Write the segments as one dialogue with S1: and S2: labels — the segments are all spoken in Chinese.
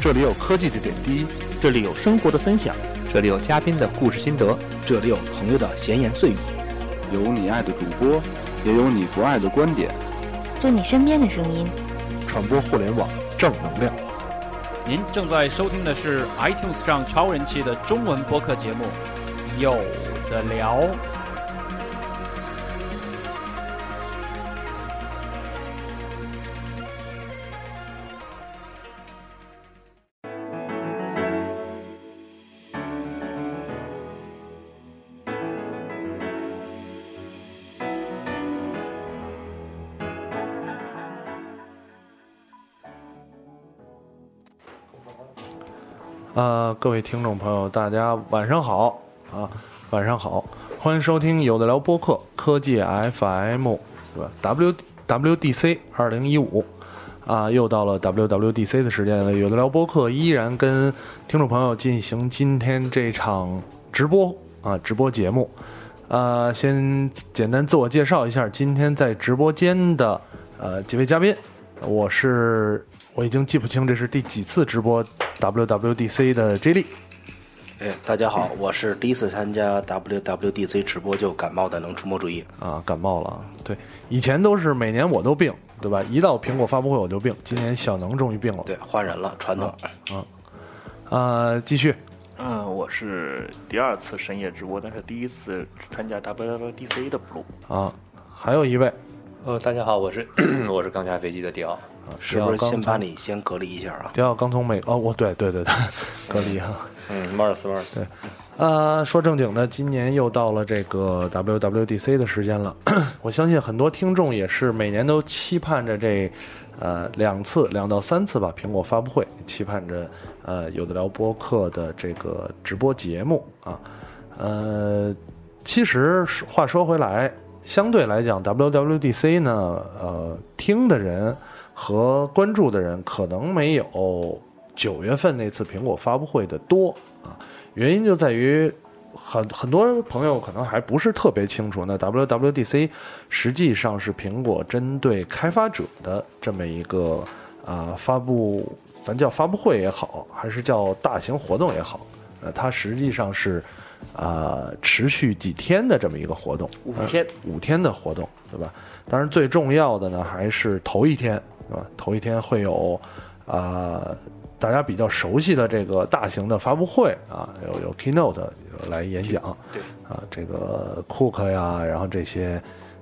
S1: 这里有科技的点滴，
S2: 这里有生活的分享，
S3: 这里有嘉宾的故事心得，
S4: 这里有朋友的闲言碎语，
S5: 有你爱的主播，也有你不爱的观点。
S6: 做你身边的声音，
S1: 传播互联网正能量。
S7: 您正在收听的是 iTunes 上超人气的中文播客节目，有的聊。
S8: 呃，各位听众朋友，大家晚上好啊，晚上好，欢迎收听有的聊播客科技 FM，对吧？W WDC 二零一五啊，又到了 WWDC 的时间了。有的聊播客依然跟听众朋友进行今天这场直播啊，直播节目。呃，先简单自我介绍一下，今天在直播间的呃几位嘉宾，呃我是我已经记不清这是第几次直播 WWDC 的 J 莉，
S4: 哎，大家好，我是第一次参加 WWDC 直播就感冒的能出没主义。
S8: 啊，感冒了啊。对，以前都是每年我都病，对吧？一到苹果发布会我就病，今年小能终于病了。
S4: 对，换人了，传统。
S8: 呃，继续，
S9: 嗯，我是第二次深夜直播，但是第一次参加 WWDC 的 blue。
S8: 啊，还有一位
S10: 呃，大家好，我是 我是刚下飞机的迪奥。
S8: 啊
S4: 是不是先把你先隔离一下啊？
S8: 迪奥刚从美哦，我对对对对，隔离哈、
S10: 嗯，Mars Mars，
S8: 呃，说正经的，今年又到了这个 WWDC 的时间了。 我相信很多听众也是每年都期盼着这，呃，两次两到三次吧，苹果发布会，期盼着呃有的聊播客的这个直播节目啊。呃，其实是话说回来，相对来讲，WWDC 呢，呃，听的人和关注的人可能没有九月份那次苹果发布会的多啊。原因就在于很很多朋友可能还不是特别清楚，那 WWDC 实际上是苹果针对开发者的这么一个啊、发布，咱叫发布会也好，还是叫大型活动也好，呃，它实际上是啊、持续几天的这么一个活动，呃
S4: 五天
S8: 五天的活动，对吧？当然最重要的呢还是头一天，对吧？头一天会有啊、大家比较熟悉的这个大型的发布会啊，有有 keynote 来演讲，
S9: 对
S8: 啊，这个 Cook 呀，然后这些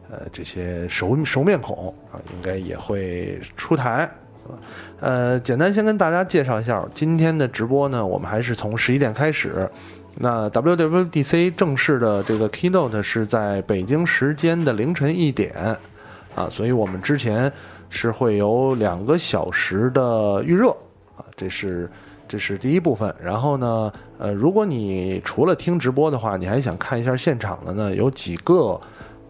S8: 呃这些熟熟面孔啊，应该也会出台。是吧呃，简单先跟大家介绍一下今天的直播呢，我们还是从十一点开始。那 WWDC 正式的这个 keynote 是在北京时间的凌晨一点，啊，所以我们之前是会有两个小时的预热啊，这是这是第一部分。然后呢，呃，如果你除了听直播的话，你还想看一下现场的呢，有几个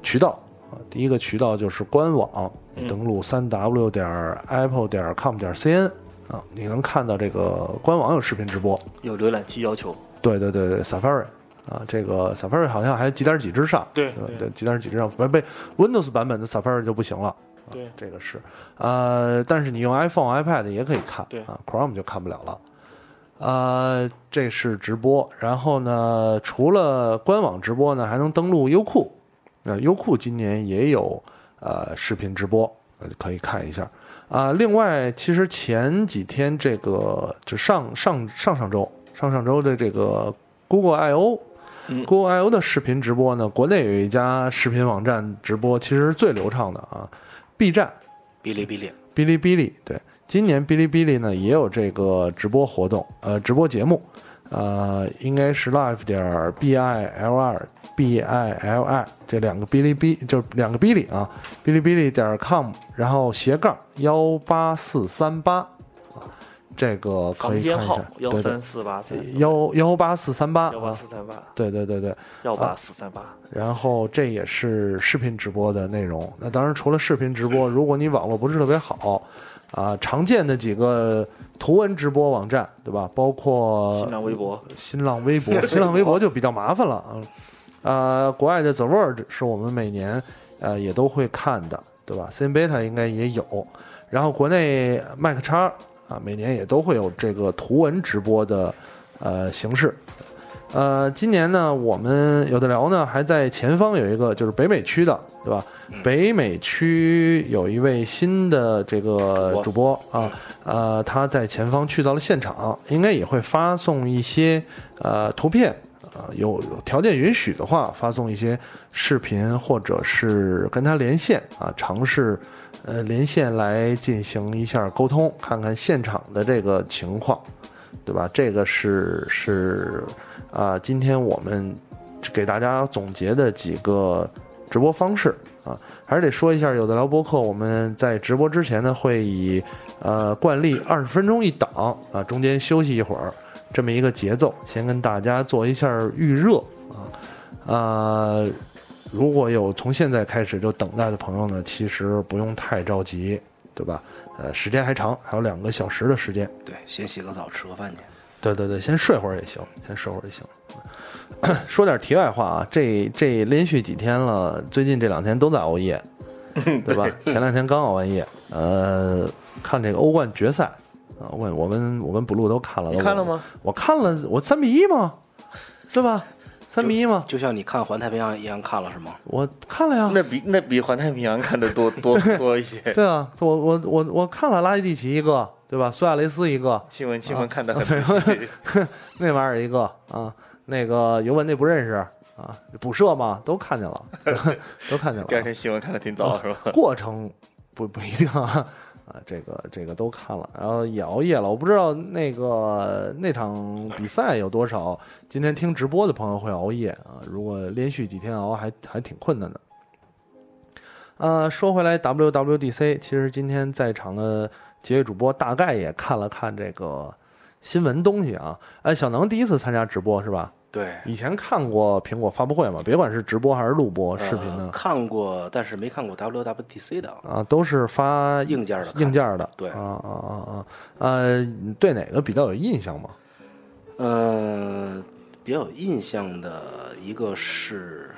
S8: 渠道啊。第一个渠道就是官网，你登录三 w 点 apple 点 com 点 cn 啊，你能看到这个官网有视频直播。
S9: 有浏览器要求，
S8: 对对对对，Safari 啊，这个 Safari 好像还几点几之上，
S9: 对
S8: 吧对，几点几之上，不被 Windows 版本的 Safari 就不行了。
S9: 对
S8: 这个是，呃，但是你用 iPhone、iPad 也可以看，
S9: 对
S8: 啊，Chrome 就看不了了。呃，这是直播，然后呢，除了官网直播呢，还能登录优酷。那、优酷今年也有呃视频直播，呃可以看一下。啊、另外，其实前几天这个就上上上上周上上周的这个 Google I O Google I/O 的视频直播呢，国内有一家视频网站直播，其实是最流畅的啊，B 站，
S4: 哔哩哔哩，
S8: 哔哩哔哩。对，今年哔哩哔哩呢也有这个直播活动，呃，直播节目，呃，应该是 live 点 b i l 二 b i l i 这两个哔哩哔就是两个哔哩啊，哔哩哔哩点 com，然后斜杠幺八四三八。啊这个可
S9: 房
S8: 以
S9: 间
S8: 看一
S9: 号
S8: 下，对
S9: 幺
S8: 对
S9: 三四八三
S8: 幺幺八四三八啊
S9: 幺八四三八
S8: 对对对对，
S9: 幺八四三八，
S8: 然后这也是视频直播的内容。那当然，除了视频直播，如果你网络不是特别好，啊，常见的几个图文直播网站，对吧？包括
S9: 新浪微博
S8: 新浪微 博，新浪微博就比较麻烦了。嗯，呃，国外的 The Verge 是我们每年呃也都会看的，对吧？CN Beta 应该也有，然后国内麦克叉啊、啊，每年也都会有这个图文直播的呃形式。呃，今年呢，我们有的聊呢，还在前方有一个就是北美区的，对吧？北美区有一位新的这个主
S4: 主
S8: 播啊，呃，他在前方去到了现场，应该也会发送一些呃图片。啊、有有条件允许的话，发送一些视频或者是跟他连线啊，尝试呃连线来进行一下沟通，看看现场的这个情况，对吧？这个是是啊、今天我们给大家总结的几个直播方式啊，还是得说一下，有的聊播客我们在直播之前呢，会以呃惯例二十分钟一档啊，中间休息一会儿，这么一个节奏，先跟大家做一下预热啊，呃。如果有从现在开始就等待的朋友呢，其实不用太着急，对吧？呃，时间还长，还有两个小时的时间，
S4: 对，先洗个澡，吃个饭去。
S8: 对对对，先睡会儿也行，先睡会儿也行。 说点题外话啊，这这连续几天了，最近这两天都在熬 夜，对吧？前两天刚熬完夜，呃，看这个欧冠决赛啊，我我们我跟 blue 都看了，
S9: 你看了吗？
S8: 我看了，我三比一嘛，是吧？三比一嘛，
S4: 就像你看《环太平洋》一样看了是吗？
S8: 我看了呀。
S9: 那比那比环太平洋看的多多多一些。
S8: 对啊，我我我我看了拉基蒂奇一个，对吧？苏亚雷斯一个，
S9: 新闻
S8: 啊
S9: 新闻看的很仔细，
S8: 那玩意儿一个啊，那个尤文那不认识啊，补射嘛，都看见了， 都看 见
S9: 第二
S8: 了
S9: 天新闻看的挺早是吧
S8: 啊。？过程不不一定啊， 啊，这个这个都看了，然后也熬夜了。我不知道那个那场比赛有多少，今天听直播的朋友会熬夜啊，如果连续几天熬还还挺困难的。呃，说回来，WWDC 其实今天在场的几位主播大概也看了看这个新闻东西啊。哎，小能第一次参加直播是吧？
S4: 对，
S8: 以前看过苹果发布会嘛，别管是直播还是录播视频
S4: 呃
S8: 呢，
S4: 看过，但是没看过 WWDC 的。
S8: 啊，都是发
S4: 硬件的看
S8: 硬件的，
S4: 对
S8: 啊啊啊啊，呃，你对哪个比较有印象吗？
S4: 嗯，比较有印象的一个是，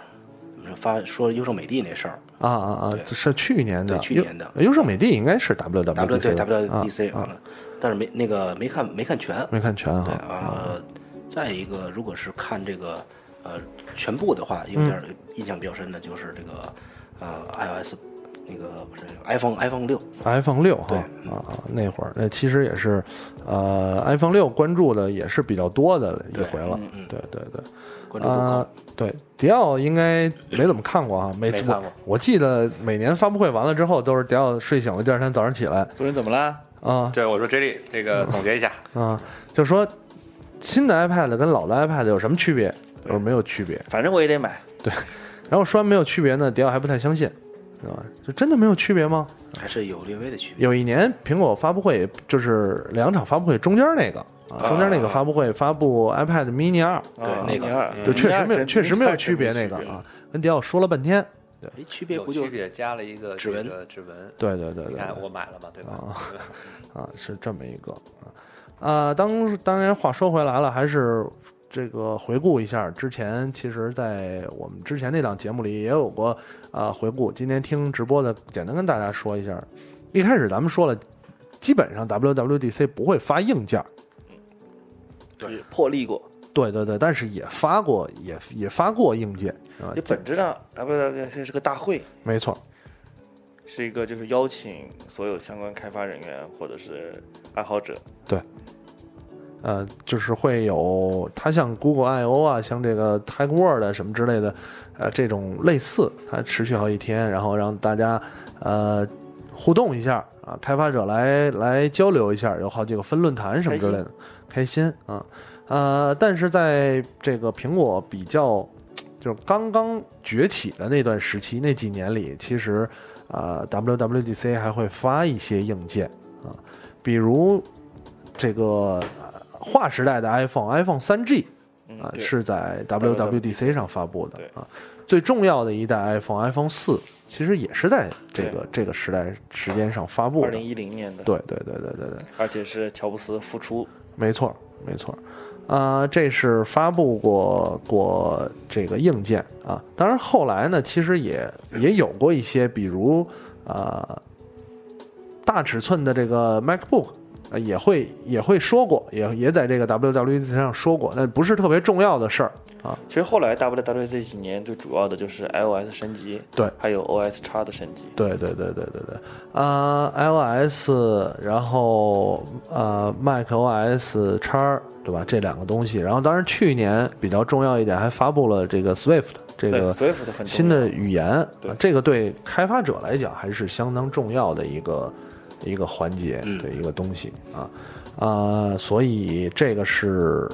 S4: 你说发说优胜美地那事儿
S8: 啊啊啊，这是去年的，
S4: 对去年的
S8: 优优胜美地应该是啊 W W
S4: ，W 对
S8: D
S4: WWDC 完了，但是没那个没看没看全。
S8: 没看全
S4: 对，
S8: 啊，
S4: 呃，再一个，如果是看这个呃全部的话，有点儿印象比较深的就是这个呃 iOS 那个不是 iPhone iPhone 六，
S8: iPhone 六哈
S4: 对
S8: 啊啊，那会儿那其实也是，呃，iPhone 六关注的也是比较多的一回了，对对对，
S4: 嗯关注度高。
S8: 啊，对，迪奥应该没怎么看过啊，每次
S9: 没看
S8: 我
S9: 过
S8: 我记得每年发布会完了之后，都是迪奥睡醒了，第二天早上起来
S9: 昨天怎么啦？
S8: 啊
S10: 对，我说 J 莉，这个总结一下，
S8: 啊，就说新的 iPad 跟老的 iPad 有什么区别？我说没有区别。
S9: 反正我也得买。
S8: 然后说完没有区别呢，迪奥还不太相信，知道吧？就真的没有区别吗？
S4: 还是有略微的区别。
S8: 有一年苹果发布会就是两场发布会中间那个啊，中间那个发布会发布 iPad mini 二，
S9: 对
S4: 那个
S9: 个
S8: 就确实没有确实没有区别那个啊，跟迪奥说了半天，
S4: 哎，区别
S10: 有
S4: 不就
S10: 区别，加了一个
S4: 指纹
S10: 这个指纹。
S8: 对对对对
S10: 你
S8: 对，哦
S10: 看我买了嘛，对吧？
S8: 啊，是这么一个啊。啊，当当然话说回来了，还是这个回顾一下之前，其实，在我们之前那档节目里也有过啊、回顾。今天听直播的，简单跟大家说一下。一开始咱们说了，基本上 WWDC 不会发硬件儿，
S9: 对破例过，
S8: 对对对，但是也发过，也也发过硬件啊
S9: 就，本质上 WWDC 是个大会，
S8: 没错，
S9: 是一个就是邀请所有相关开发人员或者是爱好者，
S8: 呃，就是会有它像 Google I O 啊，像这个 Tech World 啊什么之类的，呃，这种类似，它持续好几天，然后让大家呃互动一下啊，开发者来来交流一下，有好几个分论坛什么之类的，开心啊，呃，但是在这个苹果比较就是刚刚崛起的那段时期，那几年里，其实啊、呃 WWDC 还会发一些硬件啊，比如这个呃划时代的 iPhone，iPhone 3 G
S9: 嗯
S8: 啊，
S9: 对
S8: 是在 WWDC 上发布的
S9: 对
S8: 啊。最重要的一代 iPhone，iPhone 4其实也是在这个这个时代时间上发布
S9: 二
S8: 的。
S9: 零一零年的，
S8: 对对对对对对，
S9: 而且是乔布斯复出，
S8: 没错没错。啊、这是发布过过这个硬件啊。当然后来呢，其实也也有过一些，比如啊、呃大尺寸的这个 MacBook 呃也会也会说过，也也在这个 WWDC 上说过，但不是特别重要的事儿啊。
S9: 其实后来 WWDC 几年最主要的就是 iOS 升级，
S8: 对
S9: 还有 OS X 的升级。
S8: 对对对对对对，啊、i o s 然后呃，macOS 叉，对吧？这两个东西，然后当然去年比较重要一点，还发布了这个 Swift 这
S9: 对
S8: 个
S9: Swift 很重要哎
S8: 新的语言，啊
S9: 对
S8: 这个对开发者来讲还是相当重要的一个一个环节，
S9: 嗯
S8: 对一个东西啊啊、呃所以这个是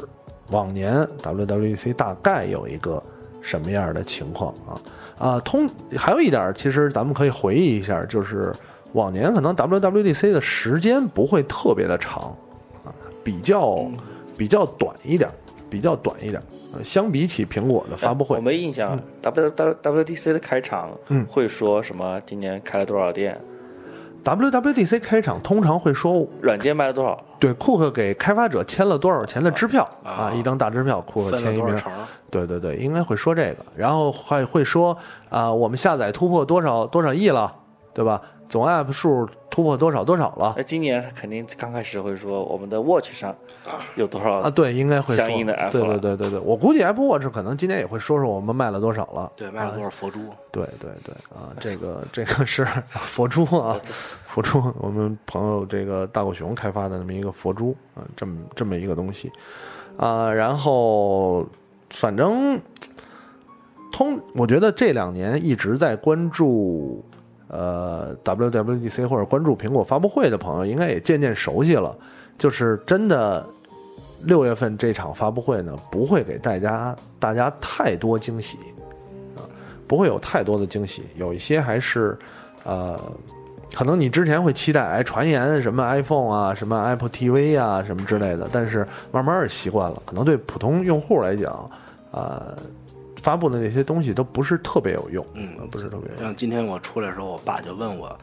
S8: 往年 WWDC 大概有一个什么样的情况啊啊，通还有一点儿，其实咱们可以回忆一下，就是往年可能 WWDC 的时间不会特别的长啊，比较
S9: 嗯
S8: 比较短一点儿。比较短一点儿，呃相比起苹果的发布会，
S9: 我没印象、w W W D C 的开场
S8: 嗯
S9: 会说什么？今年开了多少店？
S8: WWDC 开场通常会说，
S9: 软件卖了多少？
S8: 对库克给开发者签了多少钱的支票
S4: 啊
S8: 啊，一张大支票，库克
S4: 分了
S8: 签一
S4: 多
S8: 名
S4: 少，成？
S8: 对对对，应该会说这个，然后还会说啊、我们下载突破多少多少亿了，对吧？总 App 数突破多少多少了
S4: 哎
S9: 那今年肯定刚开始会说我们的 Watch 上有多少
S8: 啊？对，应该会说
S9: 相应的 App
S8: 对对
S9: 了
S8: 对对对，我估计 Apple Watch 可能今年也会说说我们卖了多少了，啊
S4: 对，卖了多少佛珠？
S8: 对对对啊，这个这个是佛珠啊，佛珠，我们朋友这个大狗熊开发的那么一个佛珠啊，这么这么一个东西啊，然后反正通，我觉得这两年一直在关注呃 WWDC 或者关注苹果发布会的朋友，应该也渐渐熟悉了，就是真的。六月份这场发布会呢，不会给大家大家太多惊喜，啊不会有太多的惊喜，有一些还是，呃，可能你之前会期待，哎，传言什么 iPhone 啊，什么 Apple TV 啊，什么之类的，但是慢慢儿习惯了，可能对普通用户来讲，呃，发布的那些东西都不是特别有用，
S4: 嗯
S8: 呃不是特别有用。
S4: 像今天我出来的时候，我爸就问我，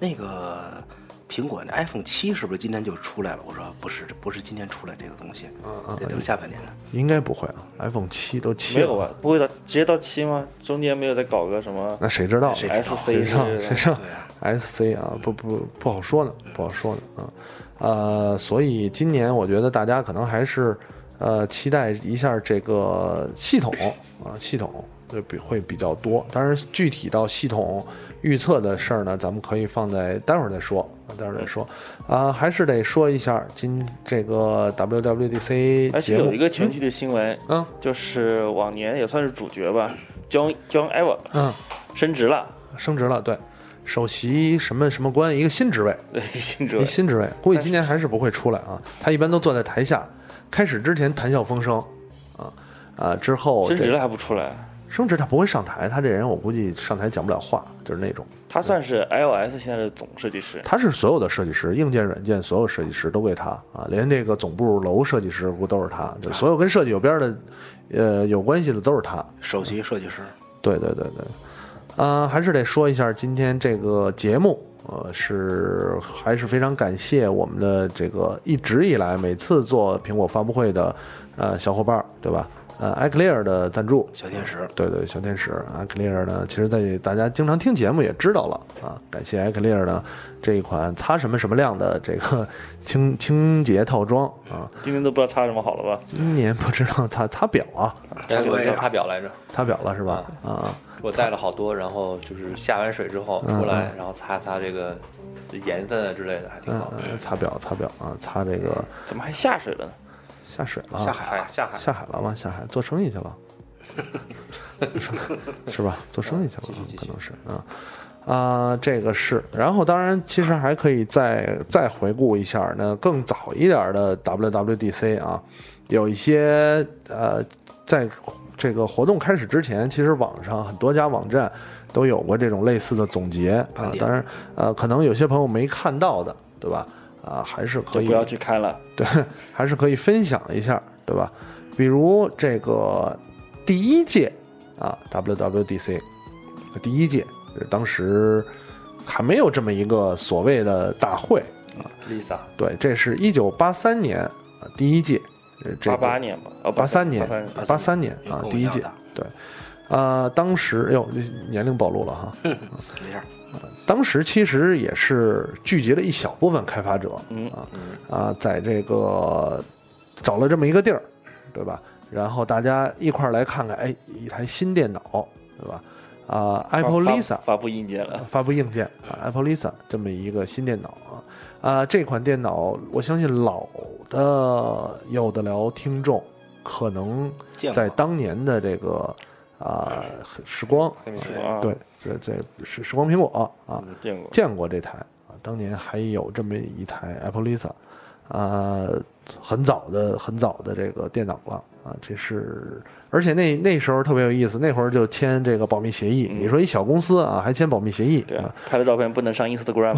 S4: 那个苹果那 iPhone 七是不是今天就出来了？我说不是，这不是今天出来这个东西，
S8: 啊
S4: 得等下半年了。
S8: 应该不会啊，iPhone 七都七
S9: 没有啊
S8: 了，
S9: 吧？不会到直接到七吗？中间没有再搞个什么
S8: 那谁知道呢？
S4: 谁知道
S9: SC
S8: 上
S9: 之类
S8: 谁
S9: 的？
S8: 上
S4: 对啊
S8: SC 啊，不不不好说呢，不好说呢啊，呃，所以今年我觉得大家可能还是呃期待一下这个系统啊，系统会比会比较多。当然，具体到系统预测的事儿呢，咱们可以放在待会儿再说，啊待会儿再说。啊、还是得说一下今这个 WWDC
S9: 而且
S8: 节目
S9: 有一个前期的新闻，
S8: 嗯
S9: 就是往年也算是主角吧，John John Ive
S8: 嗯
S9: 升职了，
S8: 升职了，对，首席什么什么官一个新职位。
S9: 对，升职
S8: 一
S9: 了。
S8: 新职位，估计今年还是不会出来啊。他一般都坐在台下，开始之前谈笑风生，啊啊，之后
S9: 升职
S8: 这
S9: 了还不出来，
S8: 升职他不会上台，他这人我估计上台讲不了话，就是那种。
S9: 他算
S8: 嗯
S9: 是 iOS 现在的总设计师。
S8: 他是所有的设计师，硬件、软件所有设计师都归他啊，连这个总部楼设计师不都是他？就所有跟设计有边儿的，呃，有关系的都是他。
S4: 首席设计师，
S8: 对对对对，啊、还是得说一下今天这个节目，呃，是还是非常感谢我们的这个一直以来每次做苹果发布会的呃小伙伴儿，对吧？呃，iClear 的赞助，
S4: 小天使，
S8: 对对，小天使 iClear 呢，其实在大家经常听节目也知道了啊，感谢 iClear 呢这一款擦什么什么亮的这个清清洁套装啊，
S9: 今天都不知道擦什么好了吧？
S8: 今年不知道擦擦表啊，
S10: 哎，我叫擦表来着，
S8: 擦表了是吧？啊。
S10: 我带了好多，然后就是下完水之后
S8: 嗯
S10: 出来，然后擦擦这个盐分啊之类的，还
S8: 嗯
S10: 挺好。，
S8: 嗯擦表擦表啊，擦这个
S9: 怎么还下水了呢？
S8: 下水了，
S10: 下海，下海，
S8: 下海了吗？下海做生意去了，是吧？做生意去了，可能是啊啊、这个是。然后当然，其实还可以再再回顾一下呢，更早一点的 WWDC 啊，有一些呃，在这个活动开始之前，其实网上很多家网站都有过这种类似的总结啊。当然，呃，可能有些朋友没看到的，对吧？啊、还是可
S9: 就
S8: 以
S9: 不要去看了。
S8: 对，还是可以分享一下，对吧？比如这个第一届啊，WWDC 第一届，就是当时还没有这么一个所谓的大会，
S10: Lisa，
S8: 对，这是一九八三年啊第一届，呃这
S9: 八
S8: 个
S9: 八年吧，哦，
S8: 八
S9: 八
S8: 三年
S9: 八三，
S8: 八三年
S4: 因为
S8: 啊
S4: 跟，我
S8: 第
S4: 一
S8: 一
S4: 样
S8: 届
S4: 大，
S8: 对，呃，当时哟，这年龄暴露了哈。
S4: 没事儿，
S8: 当时其实也是聚集了一小部分开发者，
S9: 嗯
S8: 啊啊，在这个找了这么一个地儿，对吧？然后大家一块儿来看看，哎，一台新电脑，对吧？啊，Apple
S9: 发
S8: Lisa
S9: 发布硬件了，
S8: 发布硬件啊，Apple Lisa 这么一个新电脑啊啊，这款电脑我相信老的有的聊听众可能
S4: 见
S8: 在
S4: 过
S8: 当年的这个啊时光，
S9: 是吧？
S8: 哎对，这这时时光苹果啊啊
S9: 嗯，哦见过，
S8: 见过这台啊，当年还有这么一台 Apple Lisa，啊，很早的很早的这个电脑了啊，这是，而且那那时候特别有意思，那会儿就签这个保密协议，
S9: 嗯
S8: 你说一小公司啊还签保密协议，
S9: 对
S8: 啊
S9: 啊，拍的照片不能 上 Instagram，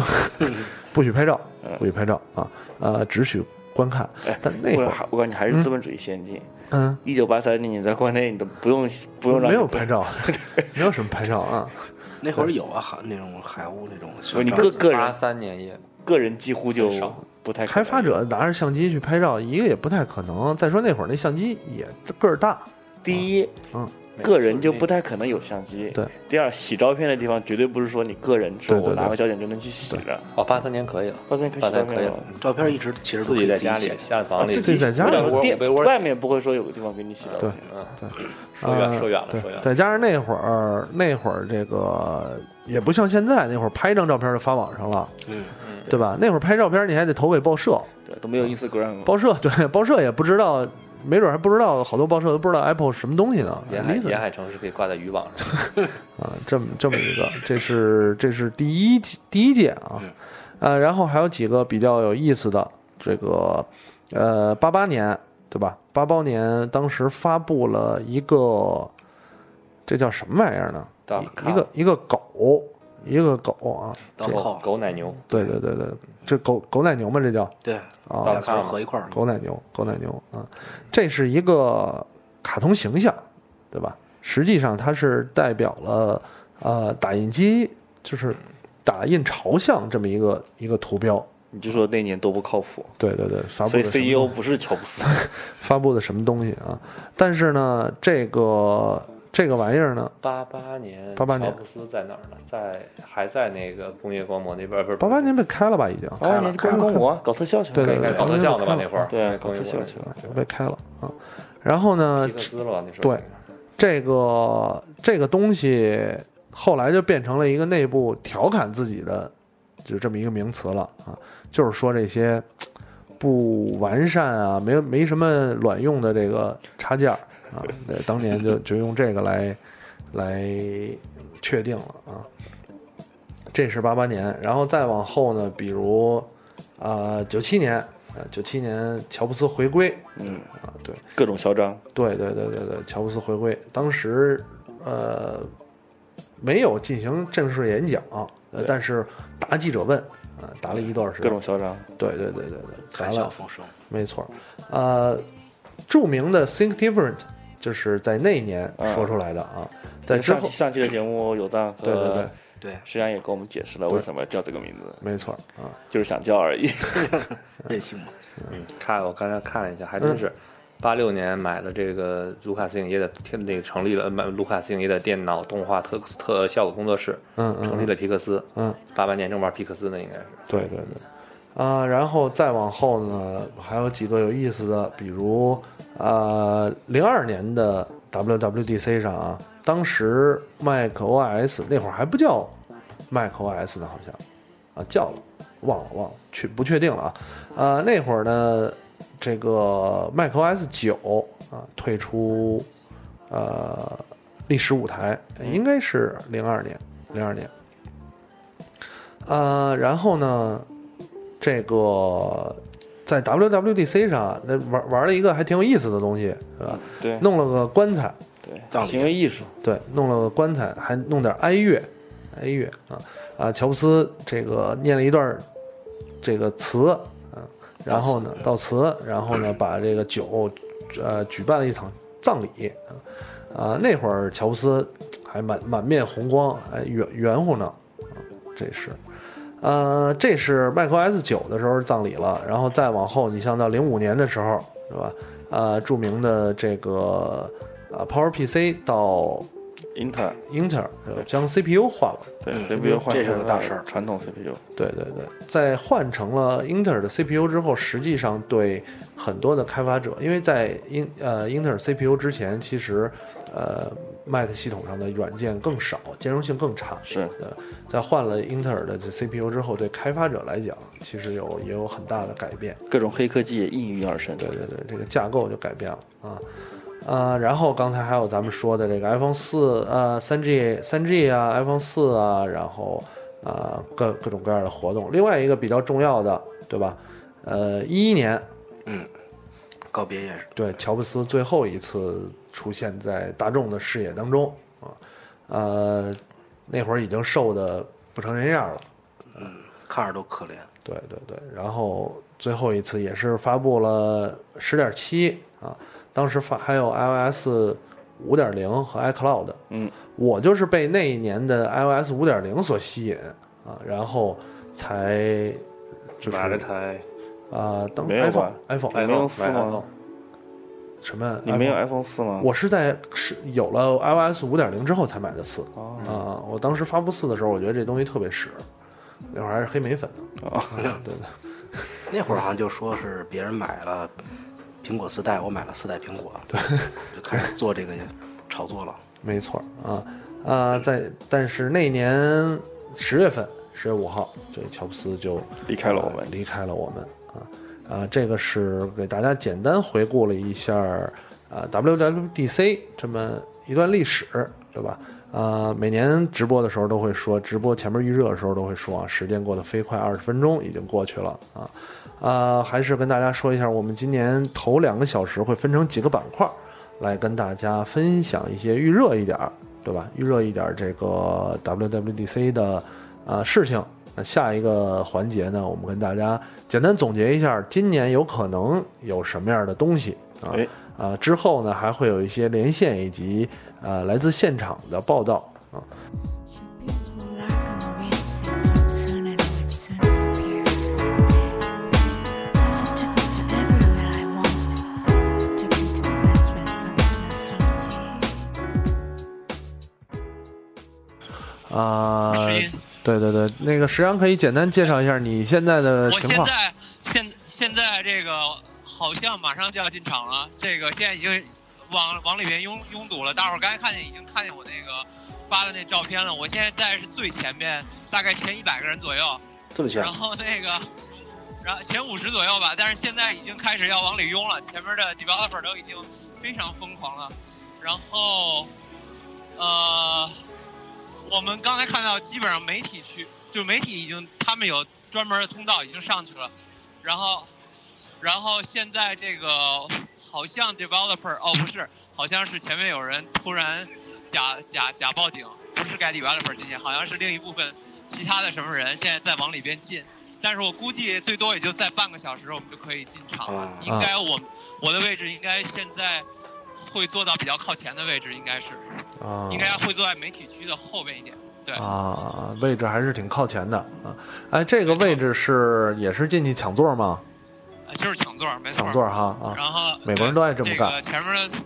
S8: 不许拍照
S9: 嗯，
S8: 不许拍照啊，呃，只许观看，但那会
S9: 或者
S8: 儿
S9: 哎还我感觉还是资本主义先进。
S8: 嗯。
S9: 一九八三年你在国内你都不用不用让
S8: 没有
S9: 你
S8: 拍，照，没有什么拍照啊。
S4: 那会儿有啊，海那种海雾那种
S9: 所
S4: 小照
S9: 以
S4: 片，
S9: 你个个
S10: 八
S9: 人
S10: 三年也
S9: 个人几乎就不 太可能
S8: 开发者拿着相机去拍照，一个也不太可能。再说那会儿那相机也个儿大，
S9: 第一，
S8: 嗯，
S9: 个人就不太可能有相机。
S8: 对。
S9: 第二，洗照片的地方绝对不是说你个人说
S8: 对对
S9: 我拿
S8: 对
S9: 个胶卷就能去洗的。
S10: 哦，八三年可以了，
S9: 八三可以
S10: 八
S9: 洗照
S10: 三可
S9: 片
S10: 以
S9: 了
S10: 了，
S4: 嗯照片一直其实都
S10: 自
S4: 可
S10: 己
S4: 以
S10: 在
S4: 自己
S10: 家里
S4: 写
S10: 暗房里
S8: 啊自己在家里
S10: 被窝被窝
S9: 外面不会说有个地方给你洗照
S8: 对
S9: 片。
S10: 嗯，
S8: 啊
S10: 说远说远了
S8: 对
S10: 说远，了，
S8: 再加上那会儿那会儿这个也不像现在，那会儿拍一张照片就发网上了，
S4: 嗯，
S8: 对吧？那会儿拍照片你还得投给报社，
S10: 嗯
S9: 对，都没有 Instagram。
S8: 报社 对报社也不知道，没准还不知道，好多报社都不知道 Apple 什么东西呢。
S10: 沿海
S8: 理解
S10: 沿海城市可以挂在渔网上，
S8: 啊，这么这么一个，这是这是第一第一届啊，
S10: 嗯
S8: 呃，然后还有几个比较有意思的，这个呃，八八年对吧？八八年当时发布了一个，这叫什么玩意儿呢？
S10: 到
S8: 一个一个狗，一个狗啊，
S4: 到
S10: 狗
S4: 靠
S10: 狗奶牛，
S8: 对对对对，这狗狗奶牛嘛，这叫
S4: 对，
S8: 啊
S4: 俩，词儿合一块儿了，
S8: 狗奶牛，狗奶牛啊，这是一个卡通形象，对吧？实际上它是代表了呃打印机就是打印朝向这么一个一个图标。
S9: 你就说那年多不靠谱，
S8: 对对对，发布
S9: 所以 E
S8: 的什么
S9: CEO 不是乔 布斯，
S8: 发布的什么东西啊？但是呢，这个这个玩意儿呢，
S10: 八八年，
S8: 88年
S10: 乔布斯在哪儿呢？在还在那个工业光魔那边，不是
S8: 八八年被开了吧？已经
S9: 八八年就哦跟跟我搞特效去了。
S8: 对
S10: 该
S8: 对
S10: 该搞特效的吧？那会儿
S9: 对，搞
S10: 工业
S9: 特
S10: 光
S9: 效
S10: 魔
S9: 去了。
S8: 被开了啊。然后呢
S10: 皮，克斯了吧？那时候
S8: 对这个这个东西后来就变成了一个内部调侃自己的，就这么一个名词了啊，就是说这些不完善啊，没有没什么卵用的这个插件儿啊，对当年就就用这个来来确定了啊。这是八八年，然后再往后呢，比如啊九七年，啊九七年乔布斯回归，
S9: 嗯，
S8: 啊对。
S9: 各种嚣张，
S8: 对对对对对，乔布斯回归，当时呃没有进行正式演讲，呃
S9: 对
S8: 但是答记者问，啊、答了一段时
S9: 各
S8: 间
S9: 种，嚣张。
S8: 对对对对对，答
S4: 谈笑
S8: 了，
S4: 风生，
S8: 没错，呃，著名的 Think Different 就是在那一年
S9: 嗯
S8: 说出来的啊，在之
S9: 上
S8: 后
S9: 期，呃上期的节目有藏
S8: 对对对
S9: 和，
S4: 对，
S9: 石阳也跟我们解释了为什么叫这个名字，
S8: 没错啊，
S9: 就是想叫而已。
S4: 任性嘛，
S10: 看我刚才看了一下，还真是。八六年买了这个卢卡斯影业的天，那个成立了买卢卡斯影业的电脑动画特特效果工作室，
S8: 嗯嗯
S10: 成立了皮克斯。
S8: 嗯，
S10: 八八年正玩皮克斯呢，应该是
S8: 对对对，啊、然后再往后呢，还有几个有意思的，比如呃，零二年的 WWDC 上啊，当时 macOS 那会儿还不叫 macOS 呢，好像啊叫了，忘了忘了，去不确定了啊，呃，那会儿呢，这个 macOS 九啊退出呃历史舞台，应该是零二年，零二年。呃，然后呢，这个在 WWDC 上那玩玩了一个还挺有意思的东西，是吧？
S9: 对
S8: 弄了个棺材，
S4: 葬
S9: 对，
S4: 礼
S9: 行为艺术，
S8: 对，弄了个棺材，还弄点哀乐，哀乐啊啊！乔布斯这个念了一段这个词，嗯、然后呢悼词，然后呢把这个酒呃举办了一场葬礼啊啊！那会儿乔布斯还满满面红光，还圆圆乎呢，啊这是。呃，这是 macOS 九的时候葬礼了，然后再往后，你像到零五年的时候，啊是吧？呃，著名的这个呃 PowerPC 到
S9: 英特尔
S8: 英特尔将 CPU 换了，
S9: 对
S4: 嗯
S9: CPU 换
S4: 这是
S9: 成
S4: 个
S9: 了
S4: 大事儿
S9: 传统 CPU，
S8: 对对对，在换成了英特尔的 CPU 之后，实际上对很多的开发者，因为在英呃英特尔 CPU 之前，其实呃 Mac 系统上的软件更少，兼容性更差。
S9: 是
S8: 呃，在换了英特尔的这 CPU 之后，对开发者来讲，其实有也有很大的改变。
S9: 各种黑科技也应运而生。
S8: 对对对，这个架构就改变了啊。啊，然后刚才还有咱们说的这个 iPhone 四啊、三 G、三 G 啊、iPhone 四啊，然后啊、各各种各样的活动。另外一个比较重要的，对吧？呃，一一年，
S4: 告别也是，
S8: 对乔布斯最后一次出现在大众的视野当中啊，呃，那会儿已经瘦的不成人样了，
S4: 看着都可怜。
S8: 对对对，然后最后一次也是发布了十点七啊，当时发还有 iOS 五点零和 iCloud，
S9: 嗯，
S8: 我就是被那一年的 iOS 五点零所吸引啊，然后才就是
S10: 买了
S8: 啊、
S10: 台
S8: 当
S9: 没有
S8: iPhone
S9: 吧
S8: iPhone
S9: 你没
S10: iPhone，
S9: 有四
S10: 买
S9: 吗
S10: iPhone，
S8: 什么
S9: 你没有
S8: iPhone？
S9: iPhone 四吗？
S8: 我是在是有了 iOS 五点零之后才买的四
S9: 哦
S8: 啊、我当时发布四的时候，我觉得这东西特别屎，那会儿还是黑莓粉呢，
S9: 哦
S8: 啊对对。
S4: 那会儿好像就说是别人买了苹果四代，我买了四代苹果，对，就开始做这个炒作了。
S8: 没错儿啊啊，在但是那年十月份，十月五号，这乔布斯就
S9: 离开了我们
S8: 呃离开了我们啊啊，这个是给大家简单回顾了一下儿啊 WWDC 这么一段历史，对吧？啊，每年直播的时候都会说，直播前面预热的时候都会说啊，时间过得飞快，二十分钟已经过去了啊。啊，还是跟大家说一下，我们今年头两个小时会分成几个板块儿来跟大家分享一些预热一点儿，对吧？预热一点儿这个 WWDC 的呃事情。那下一个环节呢，我们跟大家简单总结一下今年有可能有什么样的东西啊？
S9: 哎
S8: 啊，之后呢还会有一些连线以及呃来自现场的报道啊。啊、对对对，那个石阳可以简单介绍一下你现在的
S11: 我
S8: 情
S11: 现
S8: 况。
S11: 在现现在这个好像马上就要进场了，这个现在已经往往里边拥拥堵了。大伙儿刚才看见已经看见我那个发的那照片了，我现在在是最前面，大概前一百个人左右，
S4: 这么
S8: 啊
S11: 然
S4: 像，
S11: 后那个。然后前五十左右吧，但是现在已经开始要往里拥了，前面的 developer 都已经非常疯狂了。然后，呃，我们刚才看到，基本上媒体区就媒体已经他们有专门的通道已经上去了，然后，然后现在这个好像 developer 哦不是，好像是前面有人突然假假假报警，不是该 developer 进去，好像是另一部分其他的什么人现在在往里边进，但是我估计最多也就在半个小时我们就可以进场了，
S4: 啊
S11: 应该我我的位置应该现在会坐到比较靠前的位置，应该是。
S8: 啊
S11: 应该会坐在媒体区的后边一点。对，
S8: 啊，位置还是挺靠前的啊。哎，这个位置是也是进去抢座吗？
S11: 呃就是抢座儿，没错。
S8: 抢座哈啊，
S11: 然后
S8: 美国人都爱这么干
S11: 对这个前面的，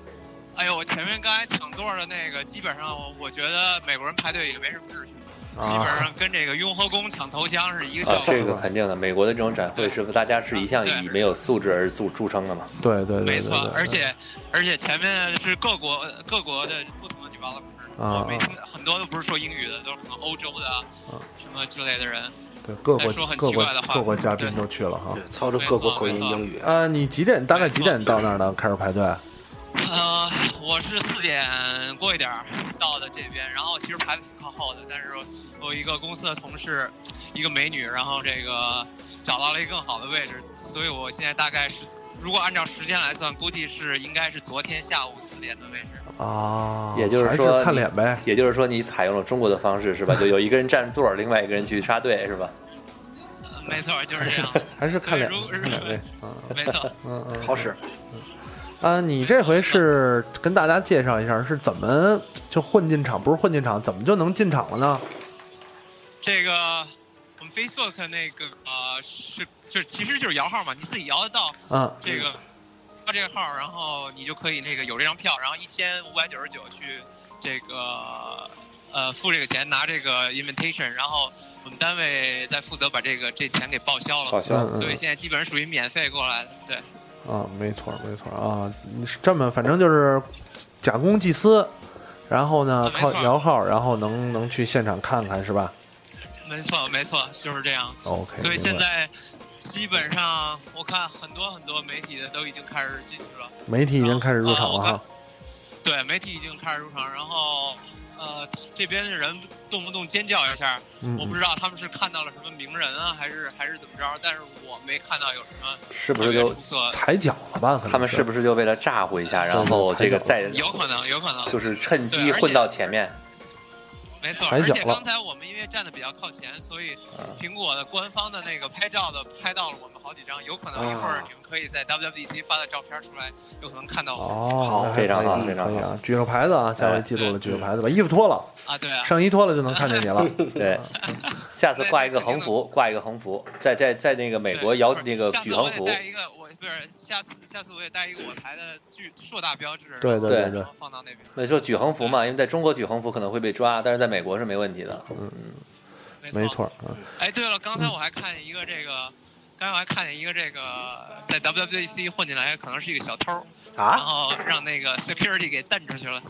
S11: 哎呦，我前面刚才抢座的那个，基本上我我觉得美国人排队也没什么秩序，
S8: 啊
S11: 基本上跟这个雍和宫抢头香是一个效
S10: 啊
S11: 果。，
S10: 这个肯定的。美国的这种展会是大家是一向以没有素质而著著称的嘛？
S8: 对对对对对
S11: 没错，
S8: 对，
S11: 而且而且前面是各国各国的不同的 developer，、
S8: 啊
S11: 我没听很多都不是说英语的，都是可能欧洲的啊
S8: 啊
S11: 什么之类的人。
S8: 对各
S11: 在
S8: 国
S11: 说很
S8: 各
S11: 奇
S8: 国
S11: 怪的话
S8: 各国嘉宾
S11: 对嗯
S8: 都去了哈
S4: 对，。操着各国口音
S11: 没错
S4: 英语，
S8: 啊，你几点？大概几点到那儿的？开始排队？
S11: 呃，我是四点过一点儿到的这边，然后其实排的挺靠后的，但是我有一个公司的同事，一个美女，然后这个找到了一个更好的位置，所以我现在大概是，如果按照时间来算，估计是应该是昨天下午四点的位置。
S8: 啊，
S10: 也就是
S8: 还
S10: 说
S8: 看
S10: 你
S8: 脸呗。
S10: 也就是说，你采用了中国的方式是吧？就有一个人占座，另外一个人去插队是吧？
S11: 呃没错，就是这样。
S8: 还是看脸
S11: 对如，
S8: 看脸呗。嗯
S11: 没错，
S8: 嗯嗯，
S4: 好使。
S8: 啊，你这回是跟大家介绍一下是怎么就混进场，不是混进场，怎么就能进场了呢？
S11: 这个我们 Facebook 那个呃是就是其实就是摇号嘛，你自己摇得到
S8: 嗯，
S11: 这个到这个号，然后你就可以那个有这张票，然后一千五百九十九去这个呃付这个钱拿这个 invitation，然后我们单位再负责把这个这钱给报销了，
S10: 报销嗯嗯
S11: 所以现在基本上属于免费过来的，对。
S8: 啊，没错没错啊，你是这么反正就是假公济私，然后
S11: 啊
S8: 呢靠摇号，然后能能去现场看看是吧
S11: 没错，没错，就是这样。
S8: ？OK，
S11: 所以
S8: 明
S11: 现
S8: 白
S11: 在基本上，我看很多很多媒体的都已经开始进去了。
S8: 媒体已经开始入场了
S11: 哦
S8: 哈，
S11: 对，媒体已经开始入场，然后呃，这边的人动不动尖叫一下，
S8: 嗯
S11: 我不知道他们是看到了什么名人啊，还是还是怎么着，但是我没看到有什么
S10: 是不是
S11: 嗯
S10: 就
S8: 踩脚了吧？
S10: 他们是不是就为了咋呼一下，然后这个再
S11: 有可能，有可能
S10: 就是趁机混到前面？
S11: 没错，
S10: 踩
S11: 而
S10: 脚
S11: 且
S10: 了啊
S11: 刚才我们因为站的比较靠前，所以苹果的官方的那个拍照的拍到了我们好几张，有可能一会儿
S8: 啊
S11: 你们可以在 WWDC 发的照片出来，有可能看到我
S8: 哦
S11: 们。，
S8: 那还
S10: 非常好
S8: 可以
S10: 非常好哎嗯
S8: 可以啊！举个牌子啊，下回记住了，举个牌子，把衣服脱了
S11: 啊，对啊，
S8: 上衣脱了就能看见你了。
S11: 嗯
S10: 对，下次挂一个横幅，挂一个横幅，在在在那个美国摇那个
S11: 下
S10: 举
S11: 次我
S10: 横
S11: 也
S10: 幅，
S11: 带一个，我不是下次下次我也带一个我台的巨硕大标志，
S10: 对对对
S11: 然后
S10: 对
S11: 放到那边。
S10: 那就举横幅嘛，因为在中国举横幅可能会被抓，但是在美国是没问题的。嗯，
S8: 没错，嗯，
S11: 哎，对了，刚才我还看见一个这个，刚才我还看见一个这个在 WWDC 混进来，可能是一个小偷
S8: 啊
S11: 然后让那个 security 给蹬出去了。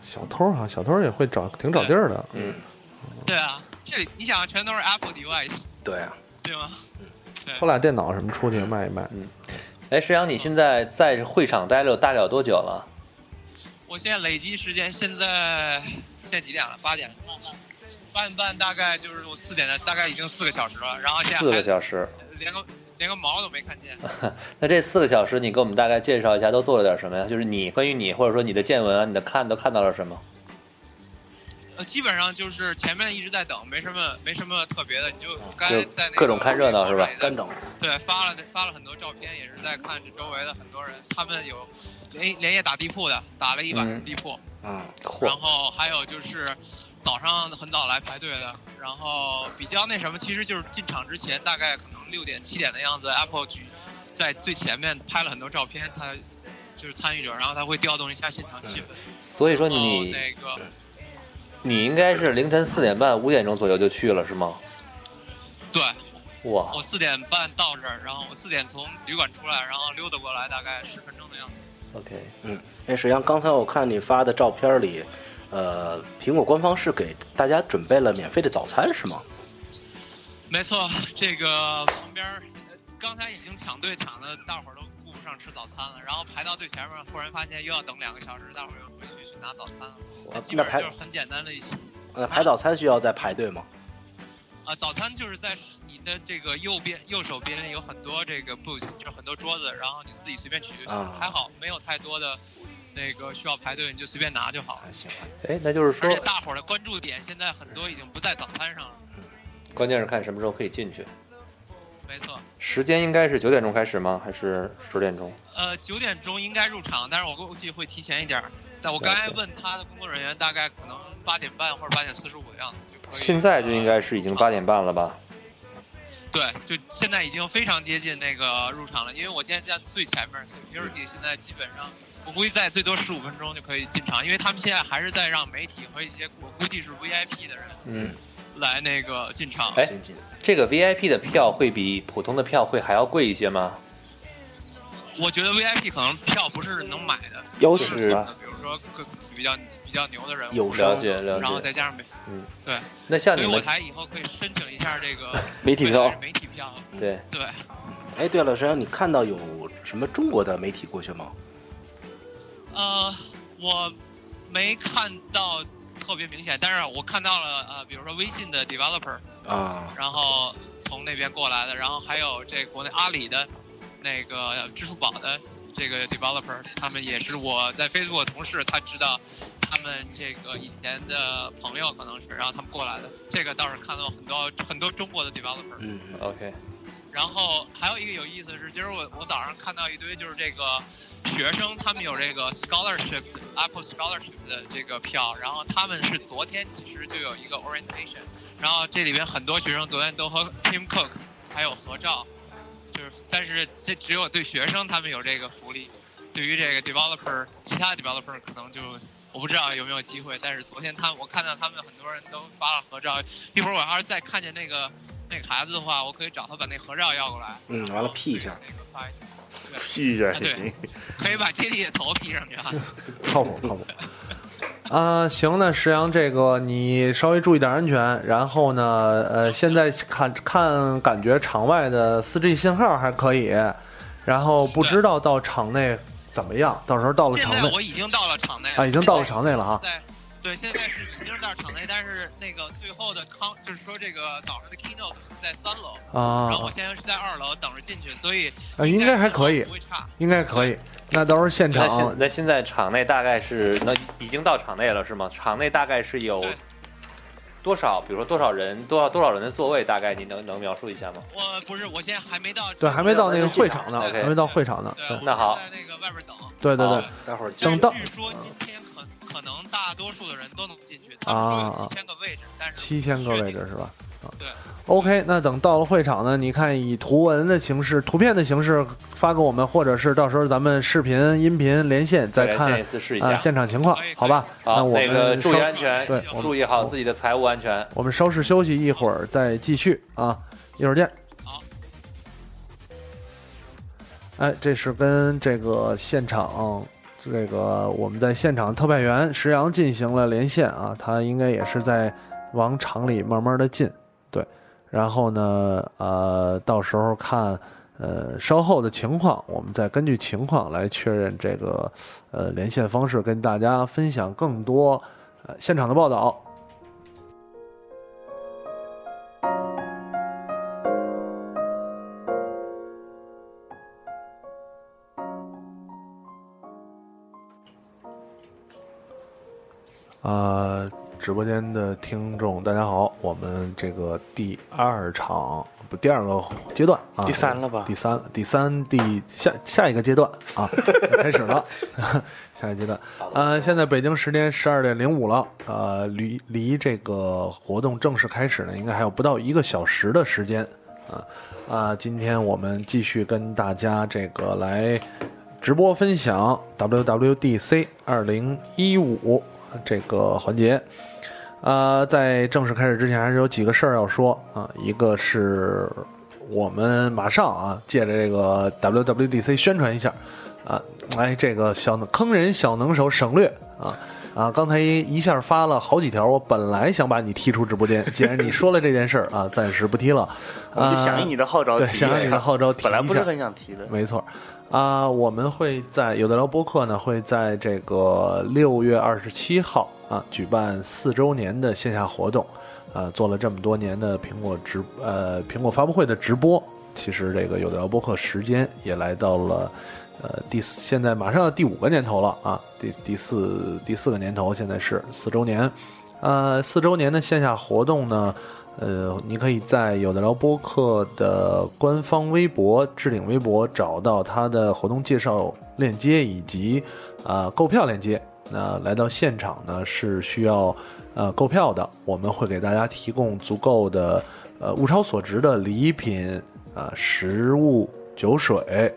S8: 小偷哈，小偷也会找挺找地儿的，嗯，
S11: 对啊，这里你想啊全都是 Apple device，
S4: 对啊，
S11: 对吗？对
S8: 偷俩电脑什么出去卖一卖，
S10: 嗯，哎，石阳，你现在在会场待了待了有多久了？
S11: 我现在累积时间，现在现在几点了？八点了。八点半大概就是我四点的，大概已经四个小时了，然后现在
S10: 四个小时。
S11: 还连个连个毛都没看见。
S10: 那这四个小时，你给我们大概介绍一下都做了点什么呀？就是你关于你或者说你的见闻啊，你的看都看到了什么？
S11: 呃，基本上就是前面一直在等，没什么没什么特别的，你就刚
S10: 就
S11: 才在那个
S10: 各种看热闹是吧？
S4: 干等。
S11: 对发了发了很多照片，也是在看这周围的很多人，他们有连连夜打地铺的，打了一晚上
S10: 嗯
S11: 地铺，
S4: 嗯，
S11: 然后还有就是早上很早来排队的，然后比较那什么，其实就是进场之前大概可能六点七点的样子，Apple 举在最前面拍了很多照片，他就是参与者，然后他会调动一下现场气氛。
S10: 所以说
S11: 然后
S10: 嗯你
S11: 那个
S10: 你应该是凌晨四点半五点钟左右就去了是吗？
S11: 对，
S10: 哇，
S11: 我四点半到这儿，然后我四点从旅馆出来，然后溜达过来大概十分钟的样子。
S10: OK，
S4: 嗯，哎，实际上刚才我看你发的照片里，呃，苹果官方是给大家准备了免费的早餐是吗？
S11: 没错，这个旁边儿呃刚才已经抢队抢的，大伙儿都顾不上吃早餐了，然后排到最前面儿，忽然发现又要等两个小时，大伙儿又回去去拿早餐了。那基
S4: 那
S11: 本上
S4: 排
S11: 就是很简单的一些，
S4: 呃，排早餐需要再排队吗？
S11: 啊，早餐就是在你的这个右边右手边有很多这个 booth，就是很多桌子，然后你自己随便取就行了，
S10: 啊
S11: 还好没有太多的那个需要排队，你就随便拿就好了。
S4: 行。
S10: 哎，那就是说
S11: 而且大伙儿的关注点现在很多已经不在早餐上了，
S10: 关键是看什么时候可以进去。
S11: 没错。
S10: 时间应该是九点钟开始吗？还是十点钟？
S11: 呃，九点钟应该入场，但是我估计会提前一点儿。但我刚才问他的工作人员，大概可能八点半或者八点四十五的样子就可以。呃
S10: 现在就应该是已经八点半了吧？
S11: 对，就现在已经非常接近那个入场了，因为我现在在最前面，security
S10: 嗯
S11: 现在基本上，我估计在最多十五分钟就可以进场，因为他们现在还是在让媒体和一些我估计是 VIP 的人
S10: 嗯，
S11: 来那个进场。
S10: 哎，这个 VIP 的票会比普通的票会还要贵一些吗？
S11: 我觉得 VIP 可能票不是能买的，
S10: 有史
S11: 就是比如说更比较比较牛的人物，
S10: 有了解了解
S11: 然后再加上媒，
S10: 嗯，
S11: 对。
S10: 那像你
S11: 所以
S10: 们
S11: 我台以后可以申请一下这个
S4: 媒体票
S11: 未来媒体票，
S10: 对
S11: 对。
S4: 哎，对了，实际上你看到有什么中国的媒体过去吗？
S11: 呃，我没看到特别明显，但是我看到了呃，比如说微信的 developer，
S4: 啊，
S11: 然后从那边过来的，然后还有这国内阿里的那个支付宝的这个 developer，他们也是我在 Facebook 的同事，他知道他们这个以前的朋友可能是，然后他们过来的，这个倒是看到很多很多中国的 developer。
S4: 嗯
S10: ，OK，
S11: 然后还有一个有意思的是，今儿我我早上看到一堆就是这个学生，他们有这个 scholarship Apple scholarship 的这个票，然后他们是昨天其实就有一个 orientation，然后这里边很多学生昨天都和 Tim Cook 还有合照，就是但是这只有对学生他们有这个福利，对于这个 developer 其他 developer 可能就我不知道有没有机会，但是昨天他我看到他们很多人都发了合照，一会儿我要是再看见那个那个孩子的话，我可以找他把那合照要过来，
S4: 嗯，完了 P 一下，
S11: 发一下。对
S9: P 一下
S11: 啊
S9: 也行
S11: 对，可以把接力的头 P 上去啊。
S8: 靠谱靠谱。啊、行，那石阳这个你稍微注意点安全，然后呢，呃，现在看看感觉场外的 4G 信号还可以，然后不知道到场内怎么样，到时候到了
S11: 现
S8: 场
S11: 在
S8: 内
S11: 我已经到了场内
S8: 啊，已经到了
S11: 现在
S8: 场内了哈。
S11: 在对，现在是已经到场内，但是那个最后的康就是说这个早上的 keynote 是在三楼，
S8: 啊
S11: 然后我现在是在二楼等着进去，所以
S8: 啊，应该还可以
S11: 不会差，
S8: 应该可以。那到时候现
S10: 那
S8: 场
S10: 现那现在场内大概是那已经到场内了是吗？场内大概是有多少？比如说多少人，多少多少人的座位？大概你能能描述一下吗？
S11: 我不是我现在还没到，
S8: 对还没到那个会场呢，
S10: OK
S8: 还没到会场呢。对
S10: 那好，
S8: 对对对
S10: 好，
S4: 待会儿
S8: 等到
S11: 据说今天可可能大多数的人都能进去，他们说
S8: 啊
S11: 有七千个位置，但是
S8: 七千个位置是吧？啊
S11: 对。
S8: OK，那等到了会场呢，你看以图文的形式、图片的形式发给我们，或者是到时候咱们视频、音频连线再
S10: 对
S8: 看
S10: 连线一次试一
S8: 啊
S10: 下
S8: 现场情况，好吧？那
S10: 好，
S8: 我
S10: 那个
S8: 们
S10: 注意
S8: 稍
S10: 安全
S8: 对，，我
S10: 注
S8: 们
S10: 意好自己的财务安全。
S8: 我们稍事休息一会儿再继续啊，一会儿见。哎，这是跟这个现场，这个我们在现场特派员石阳进行了连线啊，他应该也是在往厂里慢慢的进，对，然后呢，呃，到时候看，呃，稍后的情况，我们再根据情况来确认这个，呃，连线方式，跟大家分享更多，呃，现场的报道。啊，直播间的听众，大家好，我们这个第二场不第二个阶段啊，
S9: 第三了吧
S8: 第三，第三，第下下一个阶段啊， 开始了，下一阶段。呃，现在北京时间十二点零五了，呃，离离这个活动正式开始呢，应该还有不到一个小时的时间啊啊，今天我们继续跟大家这个来直播分享 WWDC 二零一五这个环节。呃，在正式开始之前，还是有几个事儿要说啊、一个是我们马上啊，借着这个 WWDC 宣传一下啊、哎，这个小能坑人小能手省略啊。啊，刚才一下发了好几条，我本来想把你踢出直播间，既然你说了这件事儿啊，暂时不踢了。
S9: 我们就
S8: 啊
S9: 响应你的号召
S8: 对，
S9: 提一
S8: 响应你的
S9: 下
S8: 号召提一下。
S9: 本来不是很想提的
S8: 没错。啊、我们会在有的聊播客呢，会在这个六月二十七号啊举办四周年的线下活动，啊，做了这么多年的苹果直呃苹果发布会的直播，其实这个有的聊播客时间也来到了呃第四现在马上要第五个年头了啊，第第四第四个年头现在是四周年，呃，四周年的线下活动呢，呃，你可以在有的聊播客的官方微博、置顶微博找到它的活动介绍链接以及呃购票链接。那来到现场呢是需要呃购票的，我们会给大家提供足够的呃物超所值的礼品啊、食物、酒水，呃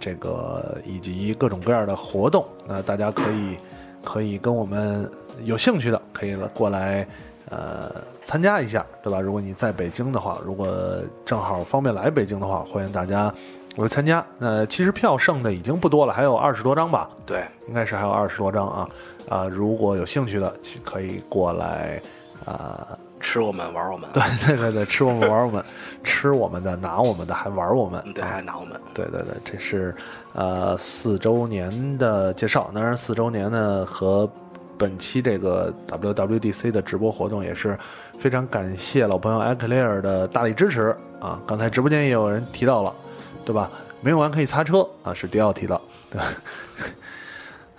S8: 这个以及各种各样的活动。那大家可以可以跟我们有兴趣的可以过来呃参加一下，对吧？如果你在北京的话，如果正好方便来北京的话，欢迎大家来参加。呃，其实票剩的已经不多了，还有二十多张吧。
S4: 对，
S8: 应该是还有二十多张啊。啊、如果有兴趣的，可以过来 啊。呃
S4: 吃我们玩我们，
S8: 对对对对，吃我们玩我们，吃我们的拿我们的还玩我们，
S4: 嗯对，还拿我们。
S8: 对对对，这是呃四周年的介绍。当然，四周年呢和本期这个 WWDC 的直播活动也是非常感谢老朋友 a c l a i r 的大力支持啊！刚才直播间也有人提到了，对吧？没用完可以擦车啊，是迪奥提到，对吧？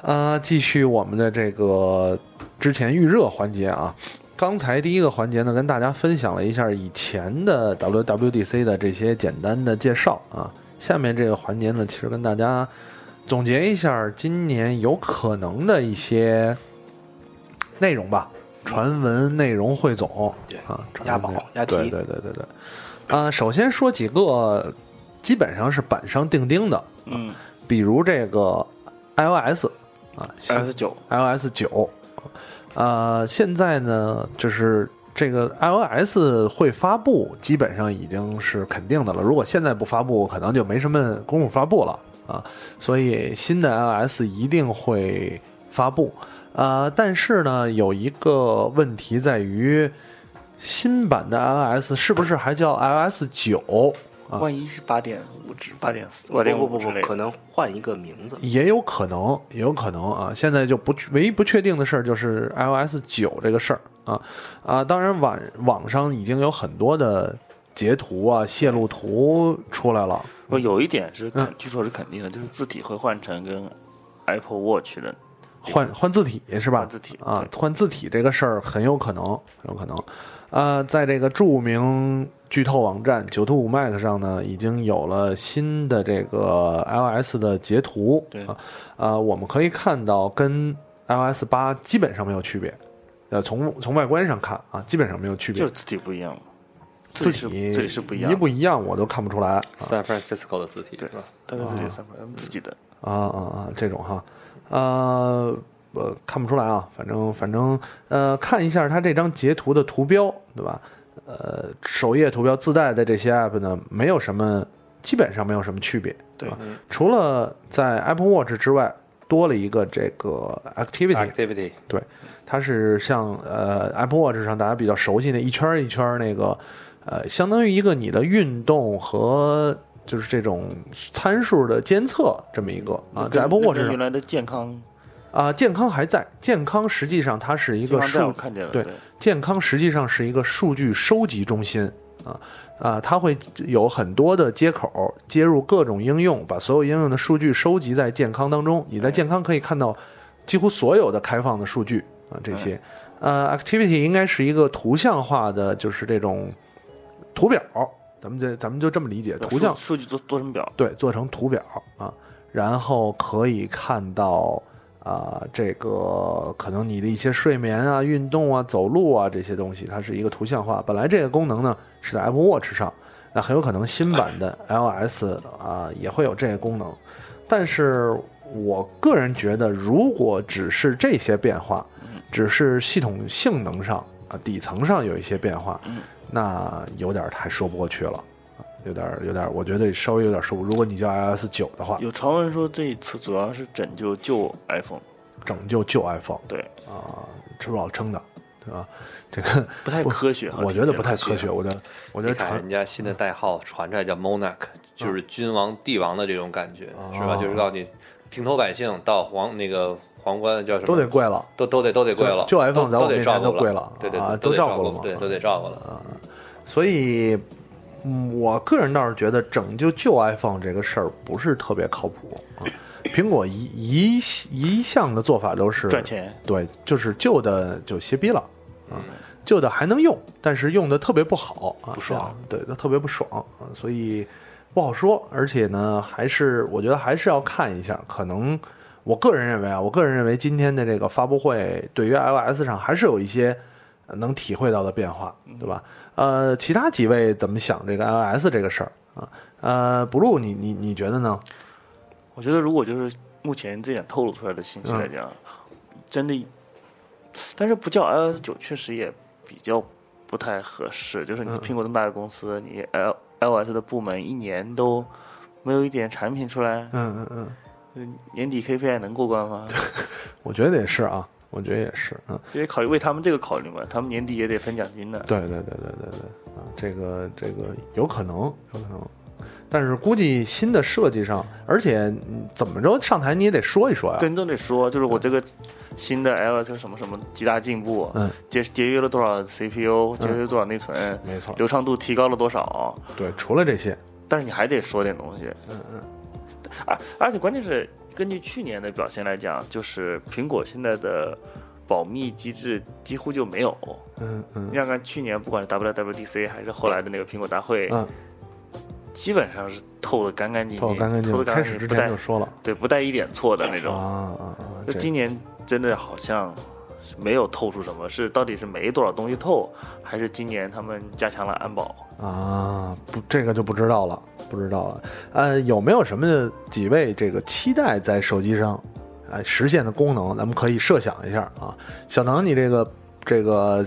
S8: 啊，继续我们的这个之前预热环节啊。刚才第一个环节呢，跟大家分享了一下以前的 WWDC 的这些简单的介绍啊。下面这个环节呢，其实跟大家总结一下今年有可能的一些内容吧，传闻内容汇总啊，
S4: 押
S8: 传
S4: 宝
S8: 闻内容
S4: 押题
S8: 对对对对对。啊，首先说几个基本上是板上钉钉的，
S9: 嗯，
S8: 比如这个 iOS 啊
S4: 呃
S9: iOS 九
S8: ，iOS 九，呃，现在呢，就是这个 iOS 会发布，基本上已经是肯定的了。如果现在不发布，可能就没什么功夫发布了啊。所以新的 iOS 一定会发布，呃，但是呢，有一个问题在于，新版的 iOS 是不是还叫 iOS 九？啊
S9: 万一是八点五至八点四，
S4: 不
S9: 八点
S4: 不
S9: 五
S4: 不不，可能换一个名字。
S8: 也有可能，也有可能啊。现在就不唯一不确定的事儿就是 iOS 九这个事儿啊啊。当然网网上已经有很多的截图啊、泄露图出来了。
S9: 不有一点是肯
S8: 嗯，
S9: 据说是肯定的，就是字体会换成跟 Apple Watch 的
S8: 换换字体是吧？
S9: 换字体
S8: 啊，换字体这个事儿很有可能，很有可能。呃，在这个著名剧透网站九兔五 Mac 上呢，已经有了新的这个 iOS 的截图。
S9: 对
S8: 啊，呃，我们可以看到跟 iOS 八基本上没有区别。呃，从从外观上看啊，基本上没有区别。
S9: 就是字体不一样嘛，
S8: 字
S9: 是
S8: 体
S9: 字体是不一样
S8: 一
S9: 的，
S8: 不一样我都看不出来。啊
S10: San Francisco 的字体是
S9: 对
S10: 吧？，
S9: 大概自己三块自己的，
S8: 啊啊啊，这种哈，呃，我看不出来啊，反正反正呃，看一下它这张截图的图标，对吧？呃，首页图标自带的这些 app 呢，没有什么，基本上没有什么区别，
S9: 对
S8: 吧除了在 Apple Watch 之外，多了一个这个 Activity，
S10: Activity
S8: 对，它是像呃 Apple Watch 上大家比较熟悉的一圈儿一圈儿那个，呃，相当于一个你的运动和就是这种参数的监测这么一个啊，在 Apple
S9: 跟
S8: Watch
S9: 跟原
S8: 上
S9: 来的健康
S8: 啊、健康还在，健康实际上它是一
S9: 一
S8: 个
S9: 带我
S8: 数
S9: 看见了，
S8: 对健康实际上是一个数据收集中心啊啊，它会有很多的接口接入各种应用，把所有应用的数据收集在健康当中。你在健康可以看到几乎所有的开放的数据啊，这
S9: 哎
S8: 些呃，Activity 应该是一个图像化的，就是这种图表，咱们这咱们就这么理解，
S9: 对
S8: 图像
S9: 数数据做做成表，
S8: 对，做成图表啊，然后可以看到啊、这个可能你的一些睡眠啊、运动啊、走路啊这些东西，它是一个图像化。本来这个功能呢是在 Apple Watch 上，那很有可能新版的 iOS 啊也会有这个功能，但是我个人觉得，如果只是这些变化，只是系统性能上啊底层上有一些变化，那有点儿太说不过去了。有点儿有点儿，我觉得稍微有点儿说不。如果你叫 iOS 九的话，
S9: 有传闻说这一次主要是拯救旧 iPhone，
S8: 拯救旧 iPhone
S9: 对，
S8: 啊，吃不饱撑的，对吧？这个
S9: 不太科学哈，
S8: 我觉得不太科学，我觉得我觉
S10: 你
S8: 得
S10: 看
S8: 传嗯
S10: 人家新的代号传出来叫 Monarch，就是君王、帝王的这种感觉，是
S8: 哦
S10: 吧？就是告诉你，平头百姓到皇那个皇冠叫什么
S8: 都得贵了。
S10: 都都得都得贵了，
S8: 就就 iPhone
S10: 都
S8: 在我
S10: 都
S8: 们这边
S10: 得照
S8: 都
S10: 顾
S8: 贵了
S10: 对对
S8: 啊
S10: 对，
S8: 都
S10: 得
S8: 照顾
S10: 照顾
S8: 了嘛啊
S10: 对，都得照顾了。
S8: 所以，嗯，我个人倒是觉得拯救旧 iPhone 这个事儿不是特别靠谱。啊、苹果一一一向的做法都是
S9: 赚钱，
S8: 对，就是旧的就歇逼了，啊，旧的还能用，但是用的特别不好，啊、不爽，对，它特别不爽啊，所以不好说。而且呢，还是我觉得还是要看一下，可能我个人认为啊，我个人认为今天的这个发布会对于 iOS 上还是有一些呃能体会到的变化，对吧？呃，其他几位怎么想这个 iOS 这个事儿啊？呃，blue，你你你觉得呢？
S9: 我觉得如果就是目前这点透露出来的信息来讲，真的，但是不叫 iOS 九确实也比较不太合适。就是你
S8: 嗯
S9: 苹果这么大的公司，你 L iOS 的部门一年都没有一点产品出来，
S8: 嗯嗯嗯，
S9: 嗯年底 KPI 能过关吗？
S8: 我觉得也是啊，我觉得也是，嗯。
S9: 这也考虑为他们这个考虑嘛，他们年底也得分奖金的。
S8: 对对对对对对啊，这个这个有可能，有可能，但是估计新的设计上，而且嗯怎么着上台你也得说一说呀。
S9: 对，你都得说，就是我这个新的 iOS 什么什么极大进步，
S8: 嗯，
S9: 节节约了多少 CPU，节约多少内存，
S8: 没错，
S9: 流畅度提高了多少，
S8: 对，除了这些，
S9: 但是你还得说点东西。嗯嗯。啊，而且关键是根据去年的表现来讲，就是苹果现在的保密机制几乎就没有。
S8: 嗯
S9: 你
S8: 嗯
S9: 想看去年不管是 WWDC 还是后来的那个苹果大会，
S8: 嗯，
S9: 基本上是透的干干净净，
S8: 透干干净
S9: 透
S8: 净，
S9: 得干
S8: 开
S9: 干
S8: 始之
S9: 净，不
S8: 前
S9: 带
S8: 就说了
S9: 对不带一点错的那
S8: 啊
S9: 种。
S8: 啊啊，
S9: 就
S8: 这
S9: 今年真的好像是没有透出什么，是到底是没多少东西透，还是今年他们加强了安保？
S8: 啊，不，这个就不知道了，不知道了。呃，有没有什么几位这个期待在手机上哎实现的功能，咱们可以设想一下啊。小能，你这个这个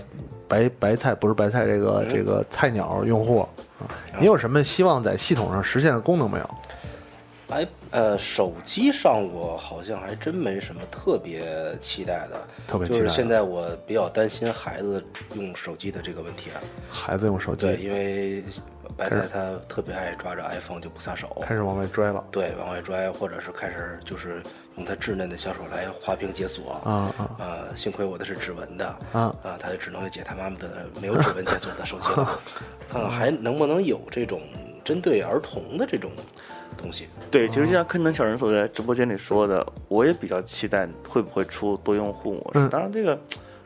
S8: 白白菜不是白菜，这个这个菜鸟用户啊，你有什么希望在系统上实现的功能没有？
S4: 哎，呃，手机上我好像还真没什么特别期待的，
S8: 特别期
S4: 就
S8: 待的
S4: 是现在我比较担心孩子用手机的这个问题啊。
S8: 孩子用手
S4: 对，
S8: 机
S4: 因为白
S8: 开
S4: 菜
S8: 始
S4: 他特别爱抓着 iPhone 就不撒手，
S8: 开始往外拽了
S4: 对，往外拽，或者是开始就是用他稚嫩的小手来滑屏解锁。
S8: 啊啊
S4: 呃，幸亏我的是指纹的，
S8: 啊
S4: 啊，他就只能解他妈妈的没有指纹解锁的手机 了，看看还能不能有这种针对儿童的这种东西。
S9: 对，其实就像坑能小人所在直播间里说的，我也比较期待会不会出多用户模式。
S8: 嗯
S9: 当然，这个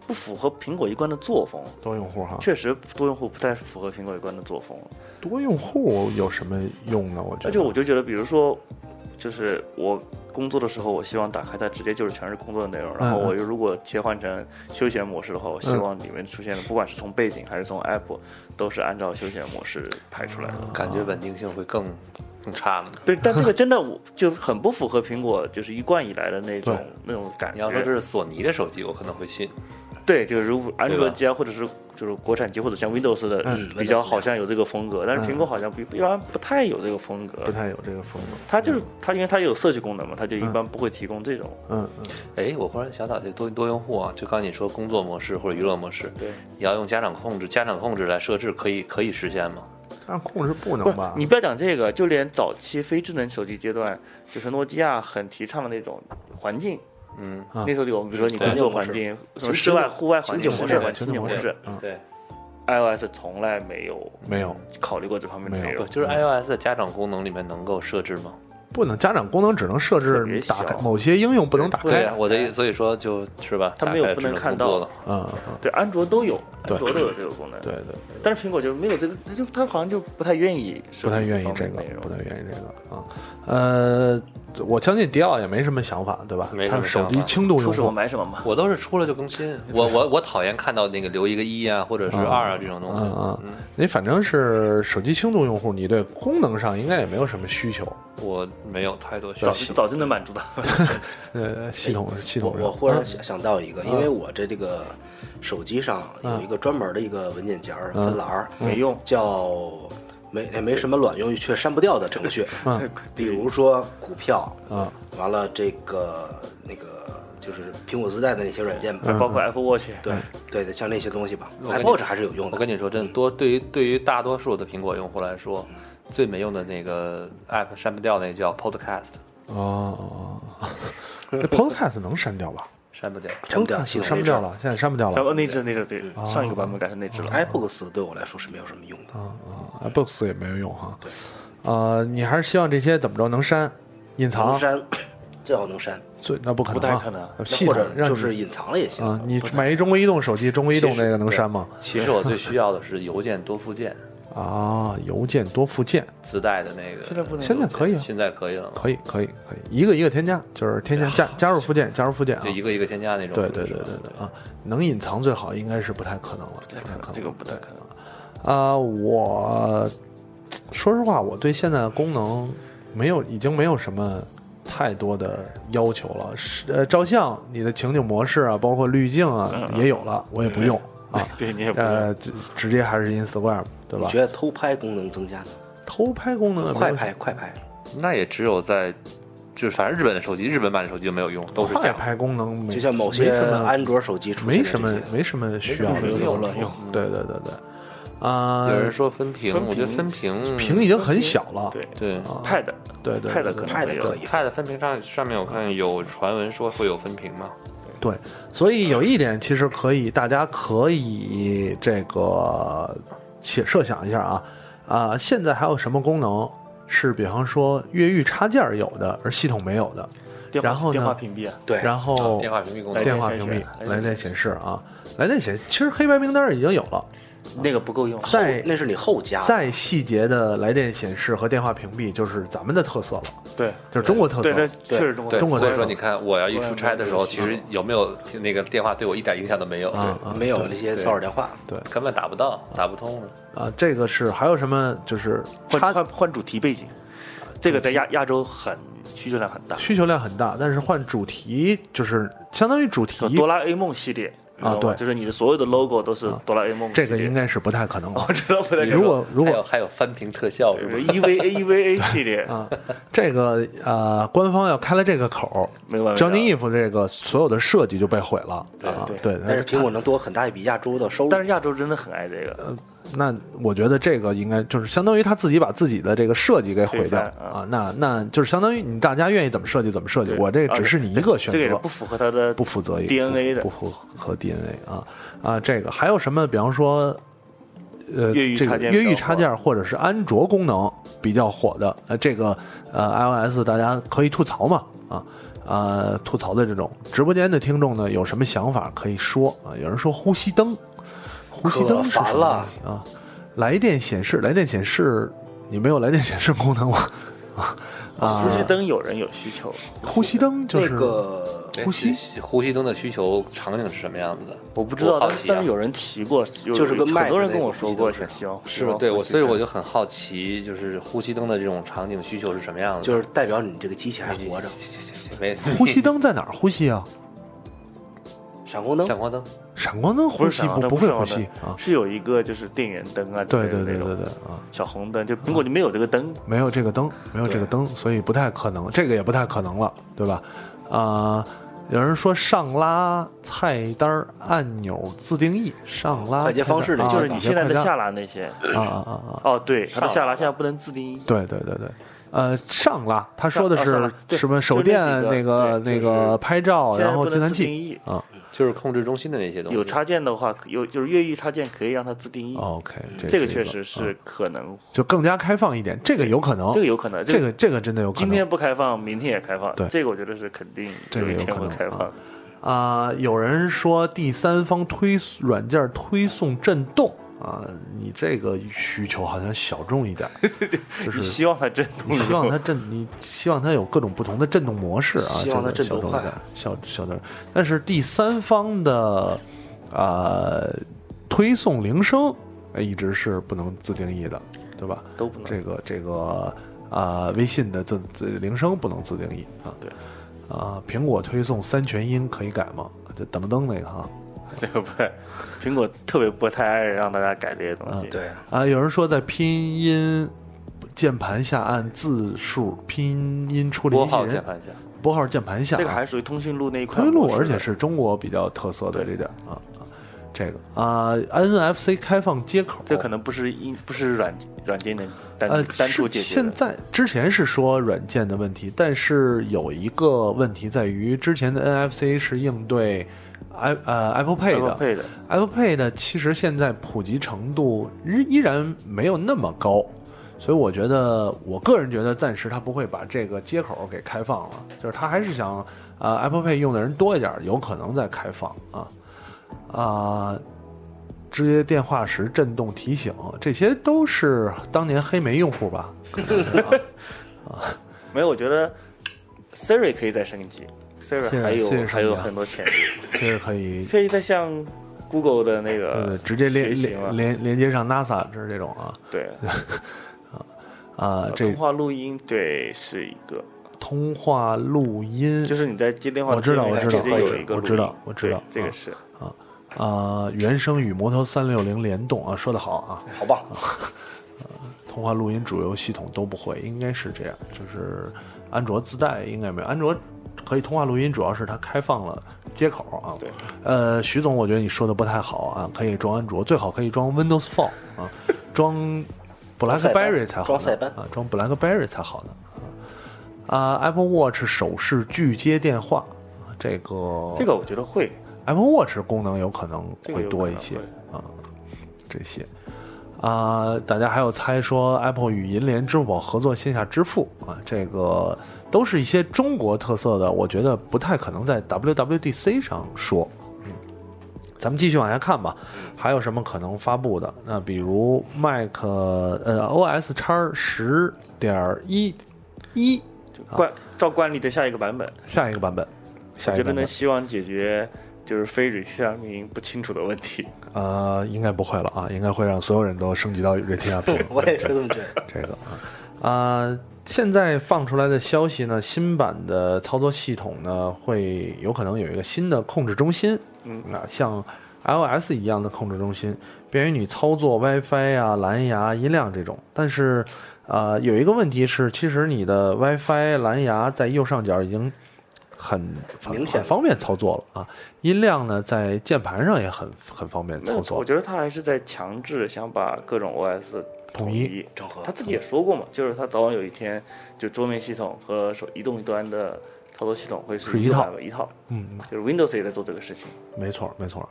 S9: 不符合苹果一贯的作风，
S8: 多用户哈，
S9: 确实多用户不太符合苹果一贯的作风。
S8: 多用户有什么用呢？我觉
S9: 而
S8: 得，
S9: 且我就觉得，比如说，就是我工作的时候，我希望打开它直接就是全是工作的内容。然
S8: 嗯
S9: 后
S8: 嗯嗯
S9: 我又如果切换成休闲模式的话，我希望里面出现的，不管是从背景还是从 app，都是按照休闲模式排出来的。
S8: 嗯
S10: 感觉稳定性会更更差呢。
S9: 对，但这个真的我就很不符合苹果就是一贯以来的那种
S8: 对
S9: 那种感觉。
S10: 你要说这是索尼的手机，我可能会信。
S9: 对，就是如果安
S10: 对吧
S9: 卓机啊，或者是就是国产机，或者像 Windows 的、
S8: 嗯
S9: 比较好像有这个风格，但是苹果好像不一般不太有这个风格
S8: 不。太嗯有这个风格。
S9: 它就是它，因为它有社区功能嘛，它就一般不会提供这种。
S8: 嗯 嗯，
S10: 哎，我忽然想到，这多多用户啊，就刚才你说工作模式或者娱乐模式，
S9: 对，
S10: 你要用家长控制，家长控制来设置，可以可以实现吗？
S8: 但是控制不
S9: 不
S8: 能
S9: 是
S8: 吧？
S9: 你不要讲这个，就连早期非智能手机阶段，就是诺基亚很提倡的那种环境，
S10: 嗯，
S8: 啊
S9: 那时候有，比如说你工作环境、什么室外、户外环境、室内环境、嗯情景模式
S8: 嗯
S10: 对，
S9: ，iOS 从来没有
S8: 没有，
S9: 考虑过这方面的
S8: 没有
S9: 内
S10: 不
S9: 容。
S10: 就是 iOS 的家长功能里面能够设置吗？
S8: 不能家长功能只能设
S9: 特别
S8: 置
S9: 小
S8: 打开某些应用不能打
S10: 对啊
S8: 开。
S10: 呀，我的意所以说就是吧，
S9: 它没有
S10: 打开
S9: 不能
S10: 智能
S9: 看
S10: 工作
S9: 到
S10: 了，
S8: 嗯嗯，
S9: 对，安卓都有，
S8: 对
S9: 安卓都有这个功能。
S8: 对对，
S9: 但是苹果就没有这个，他就他好像就不太愿意设
S8: 不太
S9: 计
S8: 愿意
S9: 方
S8: 这
S9: 面
S8: 个
S9: 的内，容
S8: 不太愿意这个啊。呃，我相信迪奥也没什么想法，对吧
S10: 没？什
S8: 他
S10: 么
S8: 是手
S10: 想
S8: 机
S10: 法
S8: 轻度用
S9: 出什么
S8: 户，
S9: 买什么嘛。
S10: 我都是出了就 更新，我我我讨厌看到那个留一个一啊，或者是二啊这种东西。
S8: 嗯嗯，你反正是手机轻度用户，你对功能上应该也没有什么需求。
S10: 我没有太多需
S9: 早
S10: 要。
S9: 早就能 满足的，
S8: 呃，系统系
S4: 我
S8: 统上，嗯
S4: 我忽然想想到一个，因为我这这个手机上
S8: 嗯
S4: 有一个专门的一个文件夹儿分栏儿，
S9: 没用。
S4: 叫没也没什么卵用却删不掉的程序，
S8: 嗯
S4: 比如说股票，
S8: 啊，
S4: 完了这个那个就是苹果自带的那些软件
S8: 嗯
S4: 吧，
S9: 包括 Apple Watch，
S4: 对对对，像那些东西吧
S10: 我跟你
S4: ，Apple 还是有用的。
S10: 我跟你说，真
S8: 嗯
S10: 的多对于对于大多数的苹果用户来说，最没用的那个 app 删不掉那叫 Podcast，
S8: 哦，那 Podcast 能删掉吧
S10: 删不掉。
S4: 删不掉，系统
S8: 删不掉了，现在删不掉
S9: 然后
S8: 了。
S9: 内置内置对，
S8: 哦
S9: 上一个版本改成内置
S8: 哎
S9: 了。
S4: ，iBooks 对我来说是没有什么用的。
S8: 嗯啊 b o o k s 也没有用哈。
S4: 对，
S8: 呃，你还是希望这些怎么着能删、隐
S4: 能
S8: 藏？
S4: 删，最好能删，
S8: 最那不可能啊，
S9: 不太可能
S8: 系
S4: 或
S8: 统
S4: 者
S8: 让
S4: 就
S8: 你
S4: 是隐藏了也行。
S8: 啊，你买一中国移动手机，中国移动那个能删吗？
S10: 其实我最需要的是邮件多附件
S8: 啊，邮件多附件
S10: 自带的那个。现在不
S8: 现在可以啊
S10: 现在可以了吗？
S8: 可以，可以，可以，一个一个添加，就是添加加加入附件，加入附件啊
S10: 就。一个一个添加那种。
S8: 对对
S10: 是
S8: 对
S10: 吧
S8: 对对啊，能隐藏最好应该是不太可能了，不太可能，
S9: 这个不太可能。
S8: 啊，我说实话，我对现在的功能没有，已经没有什么太多的要求了。是呃，照相、你的情景模式啊，包括滤镜啊，也有了，我也不用啊。
S9: 对嗯你也不
S8: 呃，直直接还是 Instagram 对
S4: 你
S8: 吧
S4: 觉？得偷拍功能增加呢？
S8: 偷拍功能也没有
S4: 快拍快拍，
S10: 那也只有在，就是反正日本的手机，日本版的手机就没有用，都是
S8: 快
S10: 假
S8: 拍功能没，
S4: 就像某些
S8: 没什么
S4: 安卓手机出现的
S8: 没什么
S4: 这些
S8: 没什么需要的
S9: 没有
S8: 用
S9: 了用
S8: 对对对对，啊、
S10: 有人说分屏，
S9: 分屏
S10: 我觉得分屏
S8: 屏已经很小了，
S9: 对
S10: 对。
S8: 啊
S9: Pad
S8: 对对
S9: Pad
S8: 对
S9: 可能
S4: 拍的
S9: 会有
S4: 可以，
S10: Pad 分屏上上面我看有传闻说会有分屏吗？
S8: 对，所以有一点其实可以，大家可以这个且设想一下啊啊、现在还有什么功能是比方说越狱插件儿有的，而系统没有的？
S9: 电话
S8: 然后呢
S9: 电话屏蔽啊，
S4: 对，
S8: 然后
S10: 电话屏蔽功
S9: 来
S10: 能
S9: 电
S8: 哦电话屏
S9: 显示
S8: 蔽、
S9: 来
S8: 来
S9: 电
S8: 电显示啊，来电显，其实黑白名单儿已经有了，
S9: 那个不够用。
S8: 再
S4: 那是你后加的。
S8: 再啊细节的来电显示和电话屏蔽就是咱们的特色了，
S9: 对
S8: 就是中国特
S9: 对，
S8: 色
S9: 那。确实中国
S10: 对，
S8: 中国
S10: 所以
S8: 的
S10: 说
S8: 手
S10: 你看，我要一出差的时候，其实有没有那个电话对我一点影响都没有，
S8: 啊啊，
S4: 没有那些骚扰电话，
S10: 根本打不到，打不通。
S8: 啊，这个是还有什么就是
S9: 换
S8: 插
S9: 换换主题背景，这个在亚亚洲很需求量很大，
S8: 需求量很大，但是换主题就是相当于主题
S9: 哆啦 A 梦系列你知道
S8: 啊
S9: 吗
S8: 对啊
S9: 就是你的所有的 logo 都是哆啦 A 梦系
S8: 这
S9: 列。
S8: 个应该是不太可能了。
S9: 我知道不太可能 E
S8: 如果呃如果
S10: 还有翻屏特效是吧？
S9: EVA EVA 系列
S8: 啊，这个呃，官方要开了这个口
S9: 明白
S8: 儿，Johnny If 这个所有的设计就被毁了。啊
S4: 对
S8: 对，
S4: 但是苹果能多很大一笔亚洲的收入。
S9: 但是亚洲真的很爱这
S8: 呃
S9: 个，
S8: 那我觉得这个应该就是相当于他自己把自己的这个设计给毁掉
S9: 推翻啊
S8: 啊，那那就是相当于你大家愿意怎么设计怎么设计，
S9: 对
S8: 我这只是你一个选
S9: 这个也
S8: 择，
S9: 不符合它的
S8: 不负责也
S9: DNA 的
S8: 不符合 DNA 啊啊，这个还有什么？比方说，呃，
S9: 越狱
S8: 这个
S9: 插件比
S8: 越
S9: 较
S8: 狱
S9: 火
S8: 插件或者是安卓功能比较火的，呃，这个呃 iOS 大家可以吐槽嘛啊。呃，吐槽的这种直播间的听众呢，有什么想法可以说啊？有人说呼吸灯，呼吸灯
S4: 可
S8: 是什么
S4: 烦了
S8: 东西啊！来电显示，来电显示，你没有来电显示功能吗？啊啊！
S9: 呼吸灯有人有需求，
S8: 呼吸灯就是
S4: 那个
S10: 哎
S8: 呼吸
S10: 呼吸灯的需求场景是什么样子的？
S9: 我不知道，
S10: 好
S9: 但是
S10: 奇啊
S9: 但是有人提过，有
S4: 就是跟
S9: 很多人
S4: Mac
S9: 跟我
S4: 那个
S9: 说
S4: 呼
S9: 过，
S4: 吸灯
S9: 想希望
S10: 是吧？对我，所以我就很好奇，就是呼吸灯的这种场景需求是什么样子的？
S4: 就是代表你这个机器还活着，
S8: 哎
S10: 没
S8: 呼吸灯在哪儿呼吸啊？
S4: 闪光灯
S10: 闪光灯，
S8: 闪光灯呼
S9: 不是
S8: 吸
S9: 闪光灯，
S8: 不会
S9: 是闪
S8: 呼
S9: 光灯
S8: 吸啊？
S9: 是有一个就是电源灯啊之
S8: 对
S9: 类的
S8: 对
S9: 那种，
S8: 对对对啊！
S9: 小红灯，就苹果就没有这个灯，
S8: 没有这个灯，没有这个灯，所以不太可能，这个也不太可能了，对吧？啊、有人说上拉菜单按钮自定义，上拉
S4: 快捷方式
S8: 菜单
S4: 那
S8: 啊
S9: 就是你现在的下
S8: 拉
S9: 拉那些。
S8: 啊啊啊啊！
S9: 哦，对，它的
S10: 上
S9: 下拉现在不能自定义。
S8: 对对对对，呃，上拉，他说的
S9: 上啊上
S8: 是
S9: 拉对
S8: 什么
S9: 就
S8: 手
S9: 那
S8: 电
S9: 几个
S8: 那个
S9: 对
S8: 那
S9: 就是
S8: 个拍照，
S9: 现在
S8: 哦然后
S9: 不
S8: 计
S9: 能
S8: 算
S9: 自定
S8: 器
S9: 义，
S8: 啊。
S10: 就是控制中心的那些东西。
S9: 有插件的话，可有就是越狱插件可以让它自定义。
S8: OK，
S9: 这
S8: 哦个
S9: 个确实
S8: 啊
S9: 是可能，
S8: 就更加开放一点，这个有可能，
S9: 这个有可能。
S8: 这个这个真的有可能。
S9: 今天不开放，明天也开放
S8: 对，
S9: 这个我觉得是肯定
S8: 这个
S9: 一
S8: 有
S9: 天
S8: 可
S9: 会
S8: 能
S9: 开放的。
S8: 啊、有人说第三方推软件推送震动啊、你这个需求好像小众一点， 就
S9: 你
S8: 是
S9: 希望它震动
S8: 你
S9: 是吧，
S8: 希望它震，你希望它有各种不同的震动模式啊，
S4: 希望它
S8: 这个
S4: 震动
S8: 小众一
S4: 快
S8: 点，小小众。但是第三方的啊、推送铃声呃一直是不能自定义的，对吧？
S9: 都不能
S8: 这个这个啊、微信的自自铃声不能自定义啊。
S9: 对。
S8: 啊，苹果推送三全音可以改吗？就噔噔那个哈。
S9: 这个不，苹果特别不太爱让大家改这些东西。
S8: 嗯
S4: 对啊，
S8: 啊，有人说在拼音键盘下按字数拼音处理
S10: 拨
S8: 机器
S10: 号键
S8: 人
S10: 盘下，
S8: 拨号键盘下、啊，
S9: 这个还属于通讯录那一块
S8: 推路，
S9: 模式的，
S8: 而且是中国比较特色的这点啊啊，这个啊 NFC 开放接口，
S9: 这可能不是一不是软软件能单、
S8: 哦呃，
S9: 单
S8: 是
S9: 独解决
S8: 现
S9: 的。
S8: 在之前是说软件的问题，但是有一个问题在于之前的 NFC 是应对 i 呃 Apple Pay 的
S9: Apple Pay 的
S8: Apple Pay 呢，其实现在普及程度依依然没有那么高，所以我觉得，我个人觉得暂时它不会把这个接口给开放了，就是它还是想，呃，Apple Pay 用的人多一点，有可能再开放啊啊、直接电话时震动提醒，这些都是当年黑莓用户吧？
S9: 没有，我觉得 Siri 可以再升级
S8: Siri-
S9: ，Siri 还有
S8: Siri
S9: 还
S8: 升级
S9: 有
S8: 啊
S9: 很多潜力，
S8: 其实可以。
S9: 可以再像 Google 的那
S8: 呃
S9: 个，
S8: 直接连
S9: 学习嘛
S8: 连连连接上 NASA 之这种啊
S9: 对
S8: 啊，这
S9: 呃通话录音对是一个，
S8: 通话录音
S9: 就是你在接电话
S8: 我知道
S9: 的时
S8: 我
S9: 候
S8: 知道
S9: 直接有一个
S8: 我
S9: 录音
S8: 知道我知道
S9: 对这
S8: 啊
S9: 个是
S8: 啊、原声与摩托三六零联动啊，说得好啊，
S4: 好棒！
S8: 通话录音主流系统都不会，应该是这样，就是安卓自带应该没有，安卓可以通话录音，主要是它开放了接口啊。
S9: 对，
S8: 呃，徐总，我觉得你说的不太好啊，可以装安卓，最好可以装 Windows Phone 啊，装 BlackBerry 才好呢，
S4: 装塞班
S8: 啊，装 BlackBerry 才好呢。啊、a p p l e Watch 手势拒接电话，啊这个
S9: 这个我觉得会
S8: Apple Watch 功能有可能
S9: 这个
S8: 会
S9: 有
S8: 多
S9: 可
S8: 一
S9: 能
S8: 些
S9: 会
S8: 啊，这些啊、大家还有猜说 Apple 与银联、支付宝合作线下支付啊，这个都是一些中国特色的，我觉得不太可能在 WWDC 上说。嗯，咱们继续往下看吧，还有什么可能发布的？那比如 Mac 呃 OS 叉十点一一
S9: 就惯照惯例的下一个版本，
S8: 下一个版本，啊下
S9: 我
S8: 一个
S9: 觉得
S8: 版
S9: 能
S8: 本
S9: 希望解决就是非瑞提亚明不清楚的问题。
S8: 呃应该不会了啊，应该会让所有人都升级到 Retina 屏。
S4: 我也是这么觉得。
S8: 这个啊，啊，现在放出来的消息呢，新版的操作系统呢，会有可能有一个新的控制中心，
S9: 嗯
S8: 啊，像 iOS 一样的控制中心，便于你操作 WiFi 啊、蓝牙、音量这种。但是，呃，有一个问题是，其实你的 WiFi、蓝牙在右上角已经很
S4: 明
S8: 很
S4: 显
S8: 很方便操作了啊，音量呢在键盘上也很很方便
S9: 那
S8: 操作
S9: 我。觉得他还是在强制想把各种 OS
S8: 统一
S9: 一
S4: 整合
S9: 他自己也说过嘛，就是他早晚有一天，就桌面系统和手移动端的操作系统会
S8: 是
S9: 是
S8: 一套
S9: 个一套，
S8: 嗯嗯。
S9: 就是 Windows 也在做这个事情。
S8: 没错，没错啊。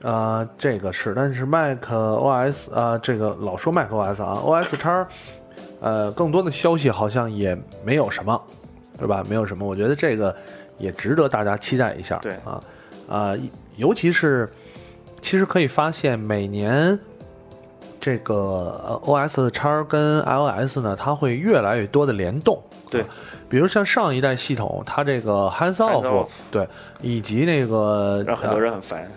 S8: 呃，这个是，但是 Mac OS 啊、这个老说 Mac OS 啊，OS 叉，呃，更多的消息好像也没有什么，对吧？没有什么，我觉得这个也值得大家期待一下。
S9: 对
S8: 啊，啊、尤其是其实可以发现，每年这个呃 OS 叉跟 iOS 呢，它会越来越多的联动。
S9: 对，
S8: 比如像上一代系统，它这个 hands
S9: Hands
S8: off
S9: off
S8: 对，以及那个呃
S9: 让很多人很烦。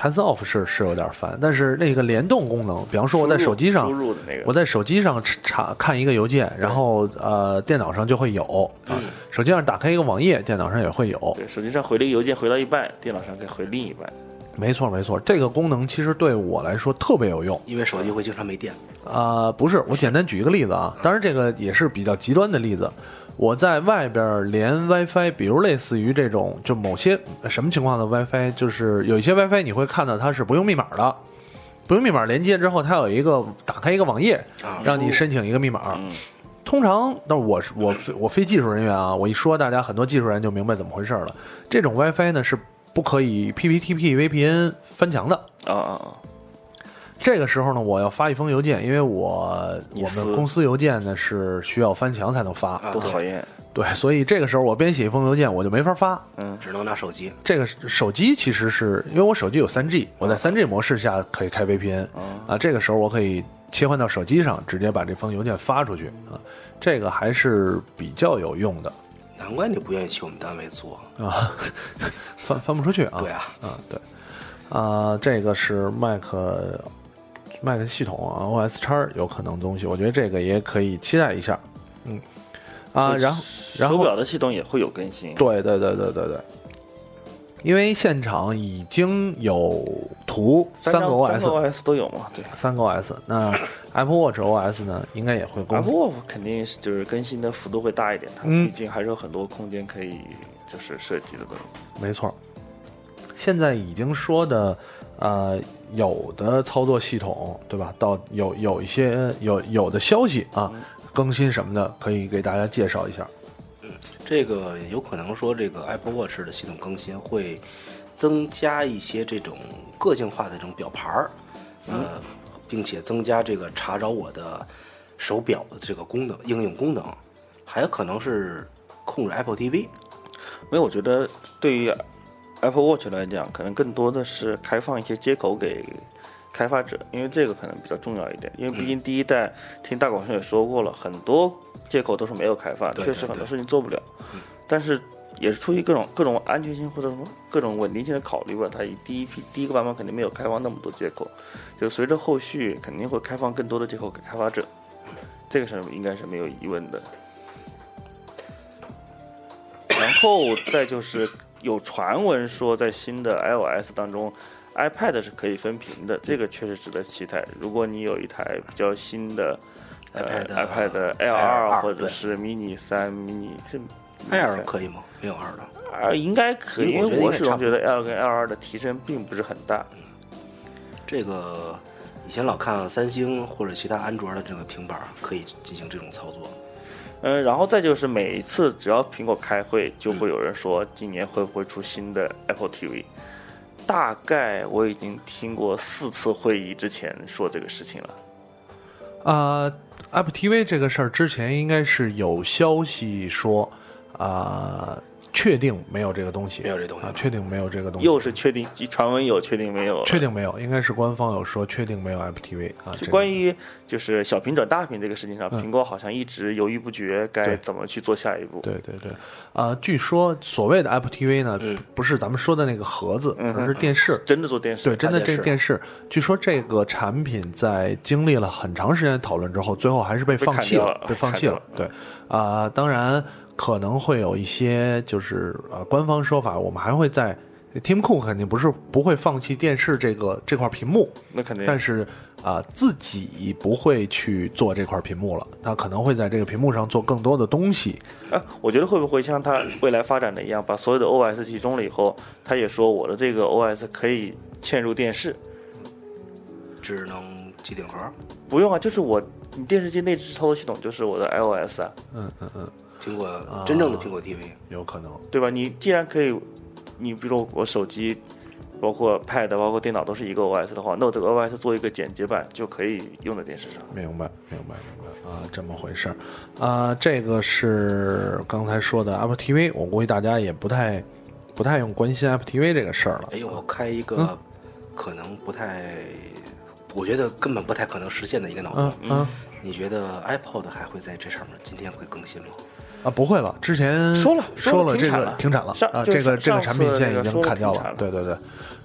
S8: hands off 是是有点烦，但是那个联动功能，比方说我在
S9: 输入
S8: 手机上
S9: 输，入的那个，
S8: 我在手机上查看一个邮件，然后呃电脑上就会有啊，手机上打开一个网页，电脑上也会有，
S9: 嗯对手机上回了一个邮件回到一半，电脑上可以回另一半。
S8: 没错没错，这个功能其实对我来说特别有用。
S4: 因为手机会经常没电。
S8: 啊，不是，我简单举一个例子啊，当然这个也是比较极端的例子。我在外边儿连 WiFi，比如类似于这种，就某些什么情况的 WiFi，就是有一些 WiFi 你会看到它是不用密码的，不用密码连接之后，它有一个打开一个网页，
S4: 啊
S8: 让你申请一个密码。通常，但是我是我非我非技术人员啊，我一说大家很多技术人就明白怎么回事儿了。这种 WiFi 呢是不可以 PPTP、VPN 翻墙的。
S9: 啊啊啊！
S8: 这个时候呢，我要发一封邮件，因为我
S9: 你
S8: 我
S9: 撕啊
S8: 们公司邮件呢是需要翻墙才能发，
S9: 多讨厌！
S8: 对，所以这个时候我编写一封邮件我就没法发。
S4: 只能拿手机。
S8: 这个手机其实是因为我手机有 3G，我在 3G 模式下可以开 VPN
S9: 哦
S8: 啊，这个时候我可以切换到手机上，直接把这封邮件发出去啊，这个还是比较有用的
S4: 难怪你不愿意去我们单位做。
S8: 啊，翻翻不出去啊。
S4: 对啊，
S8: 啊，对，啊、这个是 Mac Mac 系统啊，OS 叉有可能的东西，我觉得这个也可以期待一下。嗯，啊，然后然
S9: 手
S8: 后
S9: 表的系统也会有更新。
S8: 对对对对对对，因为现场已经有图
S9: 三
S8: 个
S9: 张三
S8: OS。
S9: OS 都有嘛？对
S8: 三个 OS，那 Apple Watch OS 呢，应该也会公布。
S9: ，Apple 肯定是就是更新的幅度会大一点，它
S8: 嗯
S9: 毕竟还是有很多空间可以就是设计的东西。
S8: 没错，现在已经说的，呃，有的操作系统，对吧？到有有一些有有的消息啊，更新什么的，可以给大家介绍一下。
S4: 这个有可能说这个 Apple Watch 的系统更新会增加一些这种个性化的这种表盘儿，呃，并且增加这个查找我的手表的这个功能应用功能，还有可能是控制 Apple TV。
S9: 没有，我觉得对于 Apple Watch 来讲，可能更多的是开放一些接口给开发者，因为这个可能比较重要一点。因为毕
S8: 嗯
S9: 竟第一代，听大广生也说过了，很多接口都是没有开发，
S4: 对
S9: 确实
S4: 对
S9: 很多
S4: 对嗯
S9: 事情做不了。但是也是出于各种各种安全性或者什么各种稳定性的考虑吧，它以第一批第一个版本肯定没有开放那么多接口，就随着后续肯定会开放更多的接口给开发者，这个是应该是没有疑问的。然后再就是有传闻说，在新的 iOS 当中，iPad 是可以分屏的，这个确实值得期待。如果你有一台比较新的呃
S4: iPad
S9: iPad Air
S4: 2
S9: 二或者
S4: 对
S9: 是 mini 三、mini 是
S4: Air 可以吗？没有 Air 的。
S9: 啊，应该可以，
S4: 因为
S9: 因
S4: 我觉得应
S9: 为我
S4: 该
S9: 始
S4: 差
S9: 终
S4: 不
S9: 觉得 L 跟 L 二的提升并不是很大。
S4: 这个以前老看三星或者其他安卓的这个平板儿可以进行这种操作。
S9: 嗯，然后再就是每一次只要苹果开会，就会有人说今年会不会出新的 Apple TV。大概我已经听过四次会议之前说这个事情了。
S8: 啊、a p p l e TV 这个事儿之前应该是有消息说，啊、确定没有这个东西，
S4: 没有这东西
S8: 啊，确定没有这个东西，
S9: 又是确定传闻有，确定没有，
S8: 确定没有，应该是官方有说确定没有 Apple TV 啊。
S9: 就关于就是小屏转大屏这个事情
S4: 嗯
S9: 上，苹果好像一直犹豫不决，该怎么去做下一步？
S8: 对对对，啊，据说所谓的 Apple TV 呢，
S9: 嗯
S8: 不是咱们说的那个盒子，而是电视，
S9: 真的做电视，
S8: 对，真的这个电视。据说这个产品在经历了很长时间的讨论之后，最后还是被放弃
S9: 了，
S8: 被放弃
S9: 了。
S8: 对，啊，当然。可能会有一些，就是呃，官方说法，我们还会在 Tim Cook 肯定不是不会放弃电视这个这块屏幕，
S9: 那肯定，
S8: 但是啊、呃，自己不会去做这块屏幕了，他可能会在这个屏幕上做更多的东西。
S9: 哎、啊，我觉得会不会像他未来发展的一样，把所有的 OS 集中了以后，他也说我的这个 OS 可以嵌入电视，
S4: 智能机顶盒？
S9: 不用啊，就是我你电视机内置操作系统就是我的 iOS
S8: 啊，嗯嗯嗯。嗯
S4: 苹果真正的苹果 TV、啊、
S8: 有可能，
S9: 对吧？你既然可以，你比如我手机，包括 Pad，包括电脑都是一个 OS 的话，那我这个 OS 做一个简洁版就可以用在电视上。
S8: 明白，明白，明白啊，这么回事儿啊。这个是刚才说的 Apple TV，我估计大家也不太不太用关心 Apple TV 这个事儿了。
S4: 哎，我开一个、嗯、可能不太，我觉得根本不太可能实现的一个脑洞。
S8: 嗯，嗯
S4: 你觉得 iPod 还会在这上面今天会更新吗？
S8: 啊，不会了，之前
S9: 说
S8: 了
S9: 说
S8: 了，这
S9: 个
S8: 停产了啊，这个这个产品线已经砍掉
S9: 了，
S8: 对对对，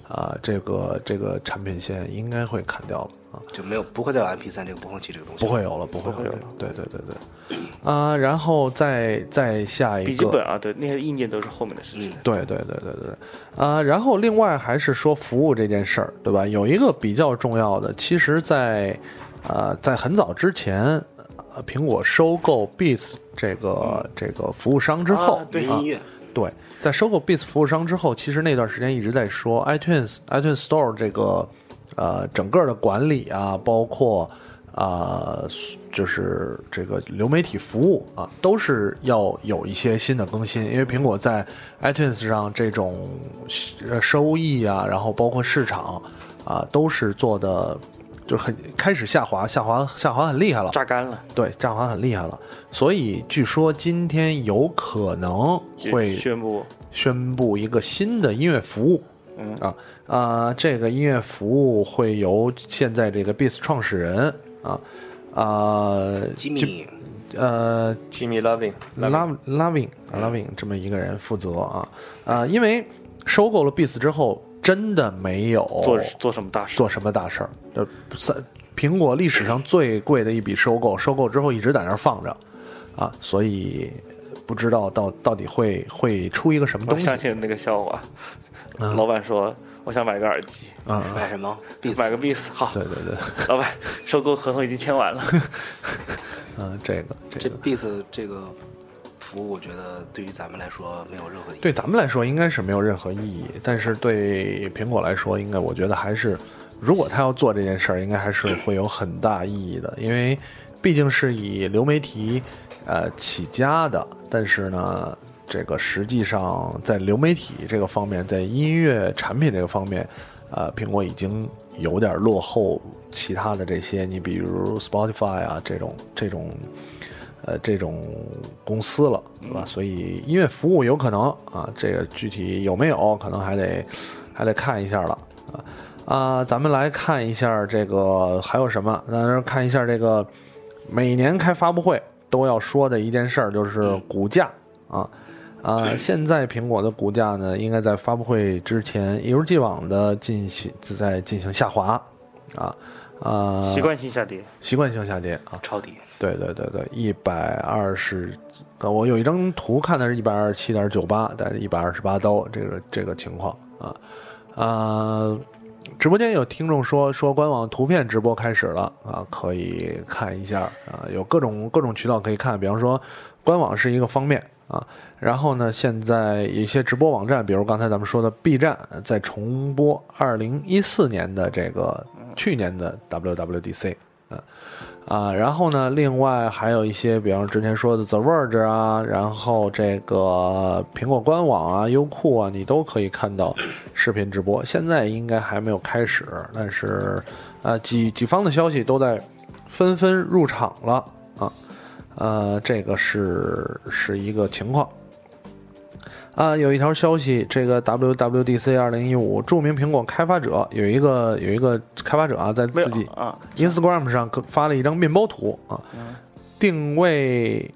S8: 啊，这个这个产品线应该会砍掉了啊，
S4: 就没有不会再有 MP 三这个播放器这个东西，
S8: 不会有了，
S9: 不
S8: 会
S9: 有了，
S8: 对对对对，啊，然后再再下一个嗯
S9: 笔记本啊，对，那些硬件都是后面的事情，
S8: 对对对对对，啊，然后另外还是说服务这件事儿，对吧？有一个比较重要的，其实，在啊，在很早之前。呃苹果收购 Beats 这个这个服务商之后，
S9: 嗯啊
S8: 啊
S9: 对音乐，
S8: 对，在收购 Beats 服务商之后，其实那段时间一直在说 iTunes iTunes Store 这个呃整个的管理啊，包括啊、呃、就是这个流媒体服务啊，都是要有一些新的更新，因为苹果在 iTunes 上这种收益啊，然后包括市场啊，都是做的。就很开始下滑，下滑，下滑很厉害了，
S9: 榨干了。
S8: 对，榨滑很厉害了。所以据说今天有可能会
S9: 宣布
S8: 宣布一个新的音乐服务。
S9: 嗯
S8: 啊啊、呃，这个音乐服务会由现在这个 Beats 创始人啊啊
S4: 吉米
S8: 呃
S10: 吉米 Loving
S8: Love Loving
S9: 嗯
S8: Loving 这么一个人负责啊啊，因为收购了 Beats 之后。真的没有
S9: 做做什么大事，
S8: 哦做什么大事儿？呃，三苹果历史上最贵的一笔收购，收购之后一直在那儿放着，啊，所以不知道到到底会会出一个什么东西。
S9: 我想起那个笑话，嗯、老板说：“我想买个耳机，
S8: 嗯、
S4: 买什么？
S9: 买个 Beats。”好，
S8: 对对对，
S9: 老板，收购合同已经签完了。
S8: 嗯，这个
S4: 这 Beats 这个。服务我觉得对于咱们来说没有任何意义，
S8: 对咱们来说应该是没有任何意义，但是对苹果来说，应该我觉得还是，如果他要做这件事儿，应该还是会有很大意义的，因为毕竟是以流媒体呃起家的，但是呢，这个实际上在流媒体这个方面，在音乐产品这个方面，呃，苹果已经有点落后其他的这些，你比如 Spotify 啊这种这种。呃，这种公司了，对
S9: 嗯
S8: 吧？所以音乐服务有可能啊，这个具体有没有，可能还得还得看一下了啊啊！咱们来看一下这个还有什么？那看一下这个每年开发布会都要说的一件事儿，
S9: 嗯
S8: 就是股价啊啊！现在苹果的股价呢，应该在发布会之前一如既往的进行在进行下滑啊。啊，呃、
S9: 习惯性下跌，
S8: 习惯性下跌啊，
S4: 抄底，
S8: 对对对对，一百二十，我有一张图看的是一百二十七点九八，但是一百二十八刀，这个这个情况啊啊、呃，直播间有听众说说官网图片直播开始了啊，可以看一下啊，有各种各种渠道可以看，比方说官网是一个方面啊，然后呢，现在一些直播网站，比如刚才咱们说的 B 站，在重播二零一四年的这个。去年的 WWDC，嗯啊，然后呢，另外还有一些，比方之前说的 The Verge 啊，然后这个苹果官网啊、优酷啊，你都可以看到视频直播。现在应该还没有开始，但是啊，几几方的消息都在纷纷入场了啊，呃、啊，这个是是一个情况。啊，有一条消息，这个 WWDC 二零一五著名苹果开发者有一个有一个开发者啊，在自己 Instagram 上可发了一张面包图啊，定位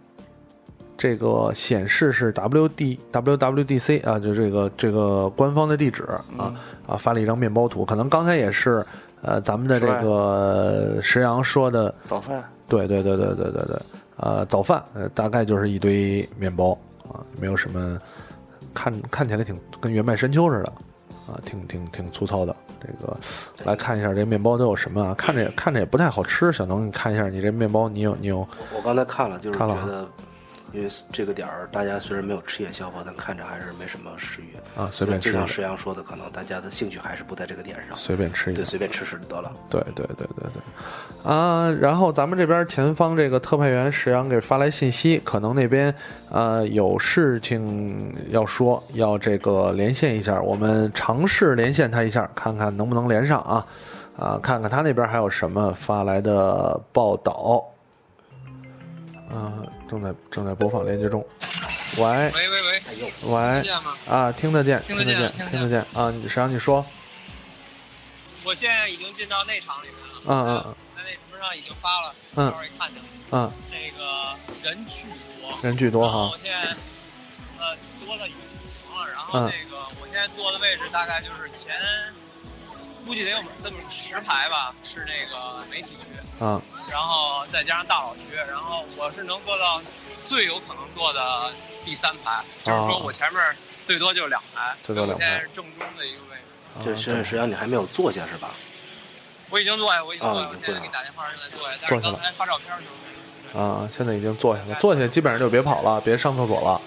S8: 这个显示是 WD WWDC 啊，就这个这个官方的地址
S9: 嗯
S8: 啊啊，发了一张面包图，可能刚才也是呃咱们的这个石阳说的
S9: 早饭，
S8: 对对对对对对对，呃早饭呃大概就是一堆面包啊，没有什么。看看起来挺跟原麦深秋似的，啊，挺挺挺粗糙的。这个来看一下这面包都有什么啊？看着也看着也不太好吃。小能，你看一下你这面包，你有你有？
S4: 我刚才看了，就是
S8: 看了
S4: 觉
S8: 啊
S4: 得，因为这个点儿，大家虽然没有吃夜宵吧，但看着还是没什么食欲
S8: 啊随便吃
S4: 就像石阳说的，可能大家的兴趣还是不在这个点上，
S8: 随便吃一
S4: 对，
S8: 点
S4: 随便吃吃就得了。
S8: 对对对对对，啊，然后咱们这边前方这个特派员石阳给发来信息，可能那边呃有事情要说，要这个连线一下，我们尝试连线他一下，看看能不能连上啊，啊，看看他那边还有什么发来的报道，啊，正在正在播放连接中，喂
S11: 喂喂喂，
S8: 喂
S10: 哎
S11: 听得见吗？
S8: 啊，听得见，
S11: 听
S8: 得
S11: 得
S8: 见
S11: 见，
S8: 听得见啊，你石阳你说，
S11: 我现在已经进到内场里面了，
S8: 嗯嗯嗯
S11: 在那什么上已经发了，
S8: 嗯
S11: 到时候也看见了。
S8: 嗯，
S11: 那个人巨多，
S8: 人巨多哈
S11: 然后我现在呃多了一个球墙了，然后
S8: 嗯
S11: 那个我现在坐的位置大概就是前，估计得有这么十排吧，是那个媒体区，
S8: 啊
S11: 然后再加上大佬区，然后我是能坐到最有可能坐的第三排，就是说
S8: 哦
S11: 我前面最多就是两排，
S4: 最多两排
S11: 所以我现在是正中的一个位置。
S8: 啊
S4: 这实实际上你还没有坐下是吧？
S11: 我已经坐下，我已经坐下，
S4: 啊
S11: 我
S4: 已经坐
S11: 现
S4: 下
S11: 在给你打电话让你坐下，但
S8: 坐
S11: 是
S8: 下了
S11: 刚才发照片的时候没有。
S8: 啊，现在已经坐下了，坐下基本上就别跑了，别上厕所了，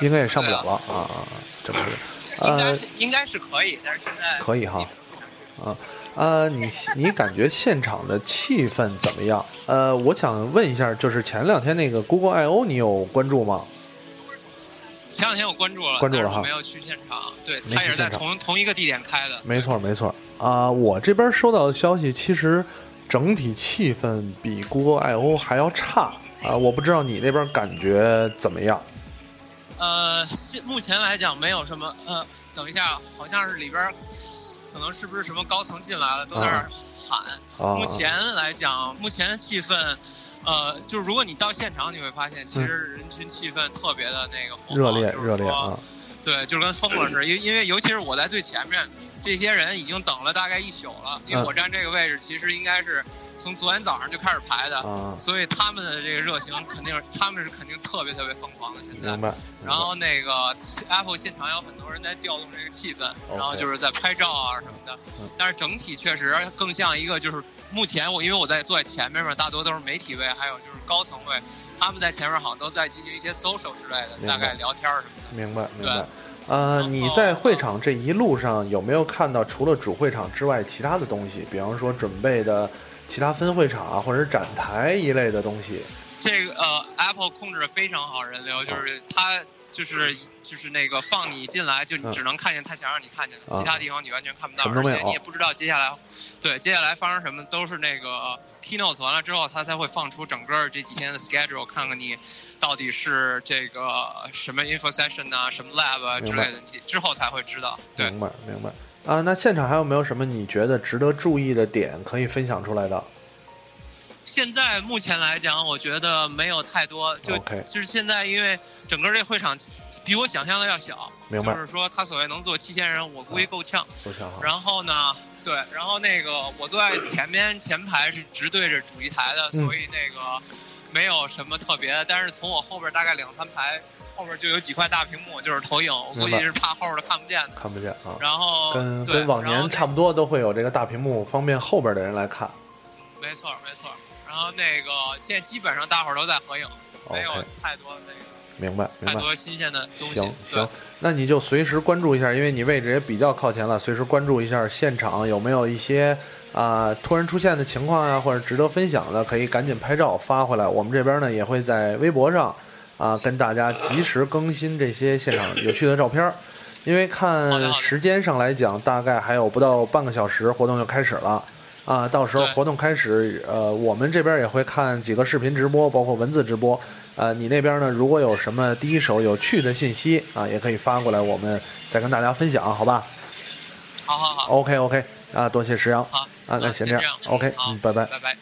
S8: 应该也上不了了啊啊，啊这不是，
S11: 啊应该
S8: 呃，
S11: 是应该是可以，但是现在
S8: 可以哈，啊呃，你你感觉现场的气氛怎么样？呃，我想问一下，就是前两天那个 Google I O 你有关注吗？
S11: 前两天我关注了，
S8: 关注了
S11: 但
S8: 哈
S11: 是我没有去现场，对，
S8: 没去
S11: 它也是在
S8: 现场
S11: 同同一个地点开的，
S8: 没错没错啊、我这边收到的消息，其实整体气氛比 Google I O 还要差啊、我不知道你那边感觉怎么样？
S11: 呃，现目前来讲没有什么，呃，等一下，好像是里边儿可能是不是什么高层进来了，都在那儿喊。
S8: 啊
S11: 目前来讲，目前的气氛，呃，就是如果你到现场，你会发现其实人群气氛特别的那个火爆
S8: 嗯热烈
S11: 就是
S8: 热烈
S11: 说
S8: 啊！
S11: 对，就跟疯了似的，因因为尤其是我在最前面，这些人已经等了大概一宿了，因为
S8: 嗯
S11: 我站这个位置其实应该是从昨天早上就开始排的，
S8: 啊
S11: 所以他们的这个热情肯定是他们是肯定特别特别疯狂的现在。
S8: 明白。
S11: 然后那个 Apple 现场有很多人在调动这个气氛
S8: OK
S11: 然后就是在拍照啊什么的
S8: 嗯。
S11: 但是整体确实更像一个就是目前我因为我在坐在前面嘛，大多都是媒体位，还有就是高层位，他们在前面好像都在进行一些 social 之类的，
S8: 明白
S11: 大概聊天儿什么的。
S8: 明白明白
S11: 对。
S8: 呃，你在会场这一路上有没有看到除了主会场之外其他的东西？比方说准备的其他分会场啊，或者是展台一类的东西？
S11: 这个呃，Apple 控制的非常好人流，就是它就是就是那个放你进来，就你
S8: 嗯
S11: 只能看见它想让你看见的，
S8: 啊
S11: 其他地方你完全看不到，
S8: 什么都没
S11: 而
S8: 有
S11: 且你也不知道接下来，对接下来发生什么，都是那个呃 keynote 完了之后，它才会放出整个这几天的 schedule，看看你到底是这个什么 info session 啊，什么 lab 啊之
S8: 明白嗯
S11: 类的，你之后才会知道。对，
S8: 明白明白。啊，那现场还有没有什么你觉得值得注意的点可以分享出来的？
S11: 现在目前来讲，我觉得没有太多，就
S8: OK
S11: 就是现在，因为整个这会场比我想象的要小，
S8: 明白啊
S11: 就是说他所谓能坐七千人，我估计够呛。
S8: 我想哈。
S11: 然后呢，对，然后那个我坐在前面前排是直对着主席台的，
S8: 嗯
S11: 所以那个没有什么特别的。但是从我后边大概两三排后边就有几块大屏幕，就是投影，我估
S8: 明
S11: 计
S8: 白
S11: 是怕后边的看不见的。
S8: 看不见啊。
S11: 然后
S8: 跟
S11: 对
S8: 跟往
S11: 然后
S8: 年
S11: 那
S8: 差不多，都会有这个大屏幕，方便后边的人来看。
S11: 没错没错。然后那个现在基本上大伙儿都在合影，没有
S8: OK
S11: 太多那个。
S8: 明白明
S11: 太
S8: 白。
S11: 多新鲜的东西。
S8: 行
S11: 对
S8: 行，那你就随时关注一下，因为你位置也比较靠前了，随时关注一下现场有没有一些啊、突然出现的情况啊，或者值得分享的，可以赶紧拍照发回来。我们这边呢也会在微博上啊、跟大家及时更新这些现场有趣的照片儿。因为看时间上来讲，大概还有不到半个小时，活动就开始了。啊，到时候活动开始，呃，我们这边也会看几个视频直播，包括文字直播。呃，你那边呢，如果有什么第一手有趣的信息啊，也可以发过来，我们再跟大家分享，好吧？
S11: 好好好
S8: OK OK 啊，多谢石阳。
S11: 好
S8: 啊，那
S11: 嗯
S8: 先
S11: 先
S8: 这样
S11: 这样
S8: OK，
S11: 好
S8: 嗯，拜拜。
S11: 拜拜。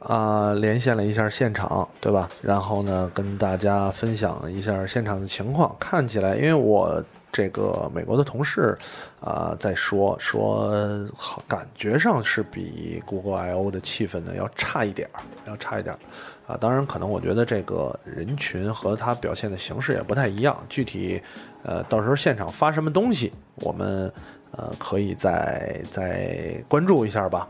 S8: 啊，连线了一下现场，对吧？然后呢，跟大家分享一下现场的情况。看起来，因为我这个美国的同事啊、在说说，好，感觉上是比 Google I O 的气氛呢要差一点儿，要差一点儿。啊，当然，可能我觉得这个人群和它表现的形式也不太一样。具体，呃，到时候现场发什么东西，我们呃可以再再关注一下吧。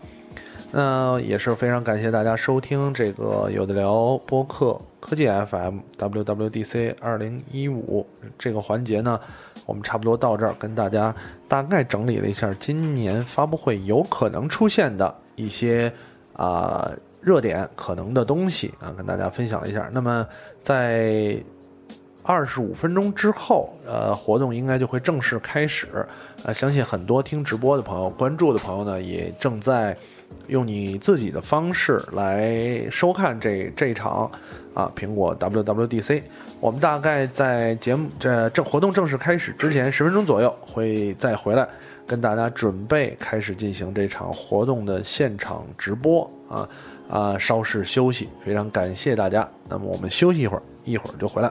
S8: 那也是非常感谢大家收听这个有的聊播客科技 FM WWDC 二零一五这个环节呢，我们差不多到这儿，跟大家大概整理了一下今年发布会有可能出现的一些啊、热点可能的东西啊，跟大家分享了一下。那么在二十五分钟之后，呃，活动应该就会正式开始。呃，相信很多听直播的朋友、关注的朋友呢，也正在用你自己的方式来收看这这一场啊苹果 WWDC。我们大概在节目这正活动正式开始之前十分钟左右会再回来，跟大家准备开始进行这场活动的现场直播啊啊，稍事休息，非常感谢大家。那么我们休息一会儿，一会儿就回来。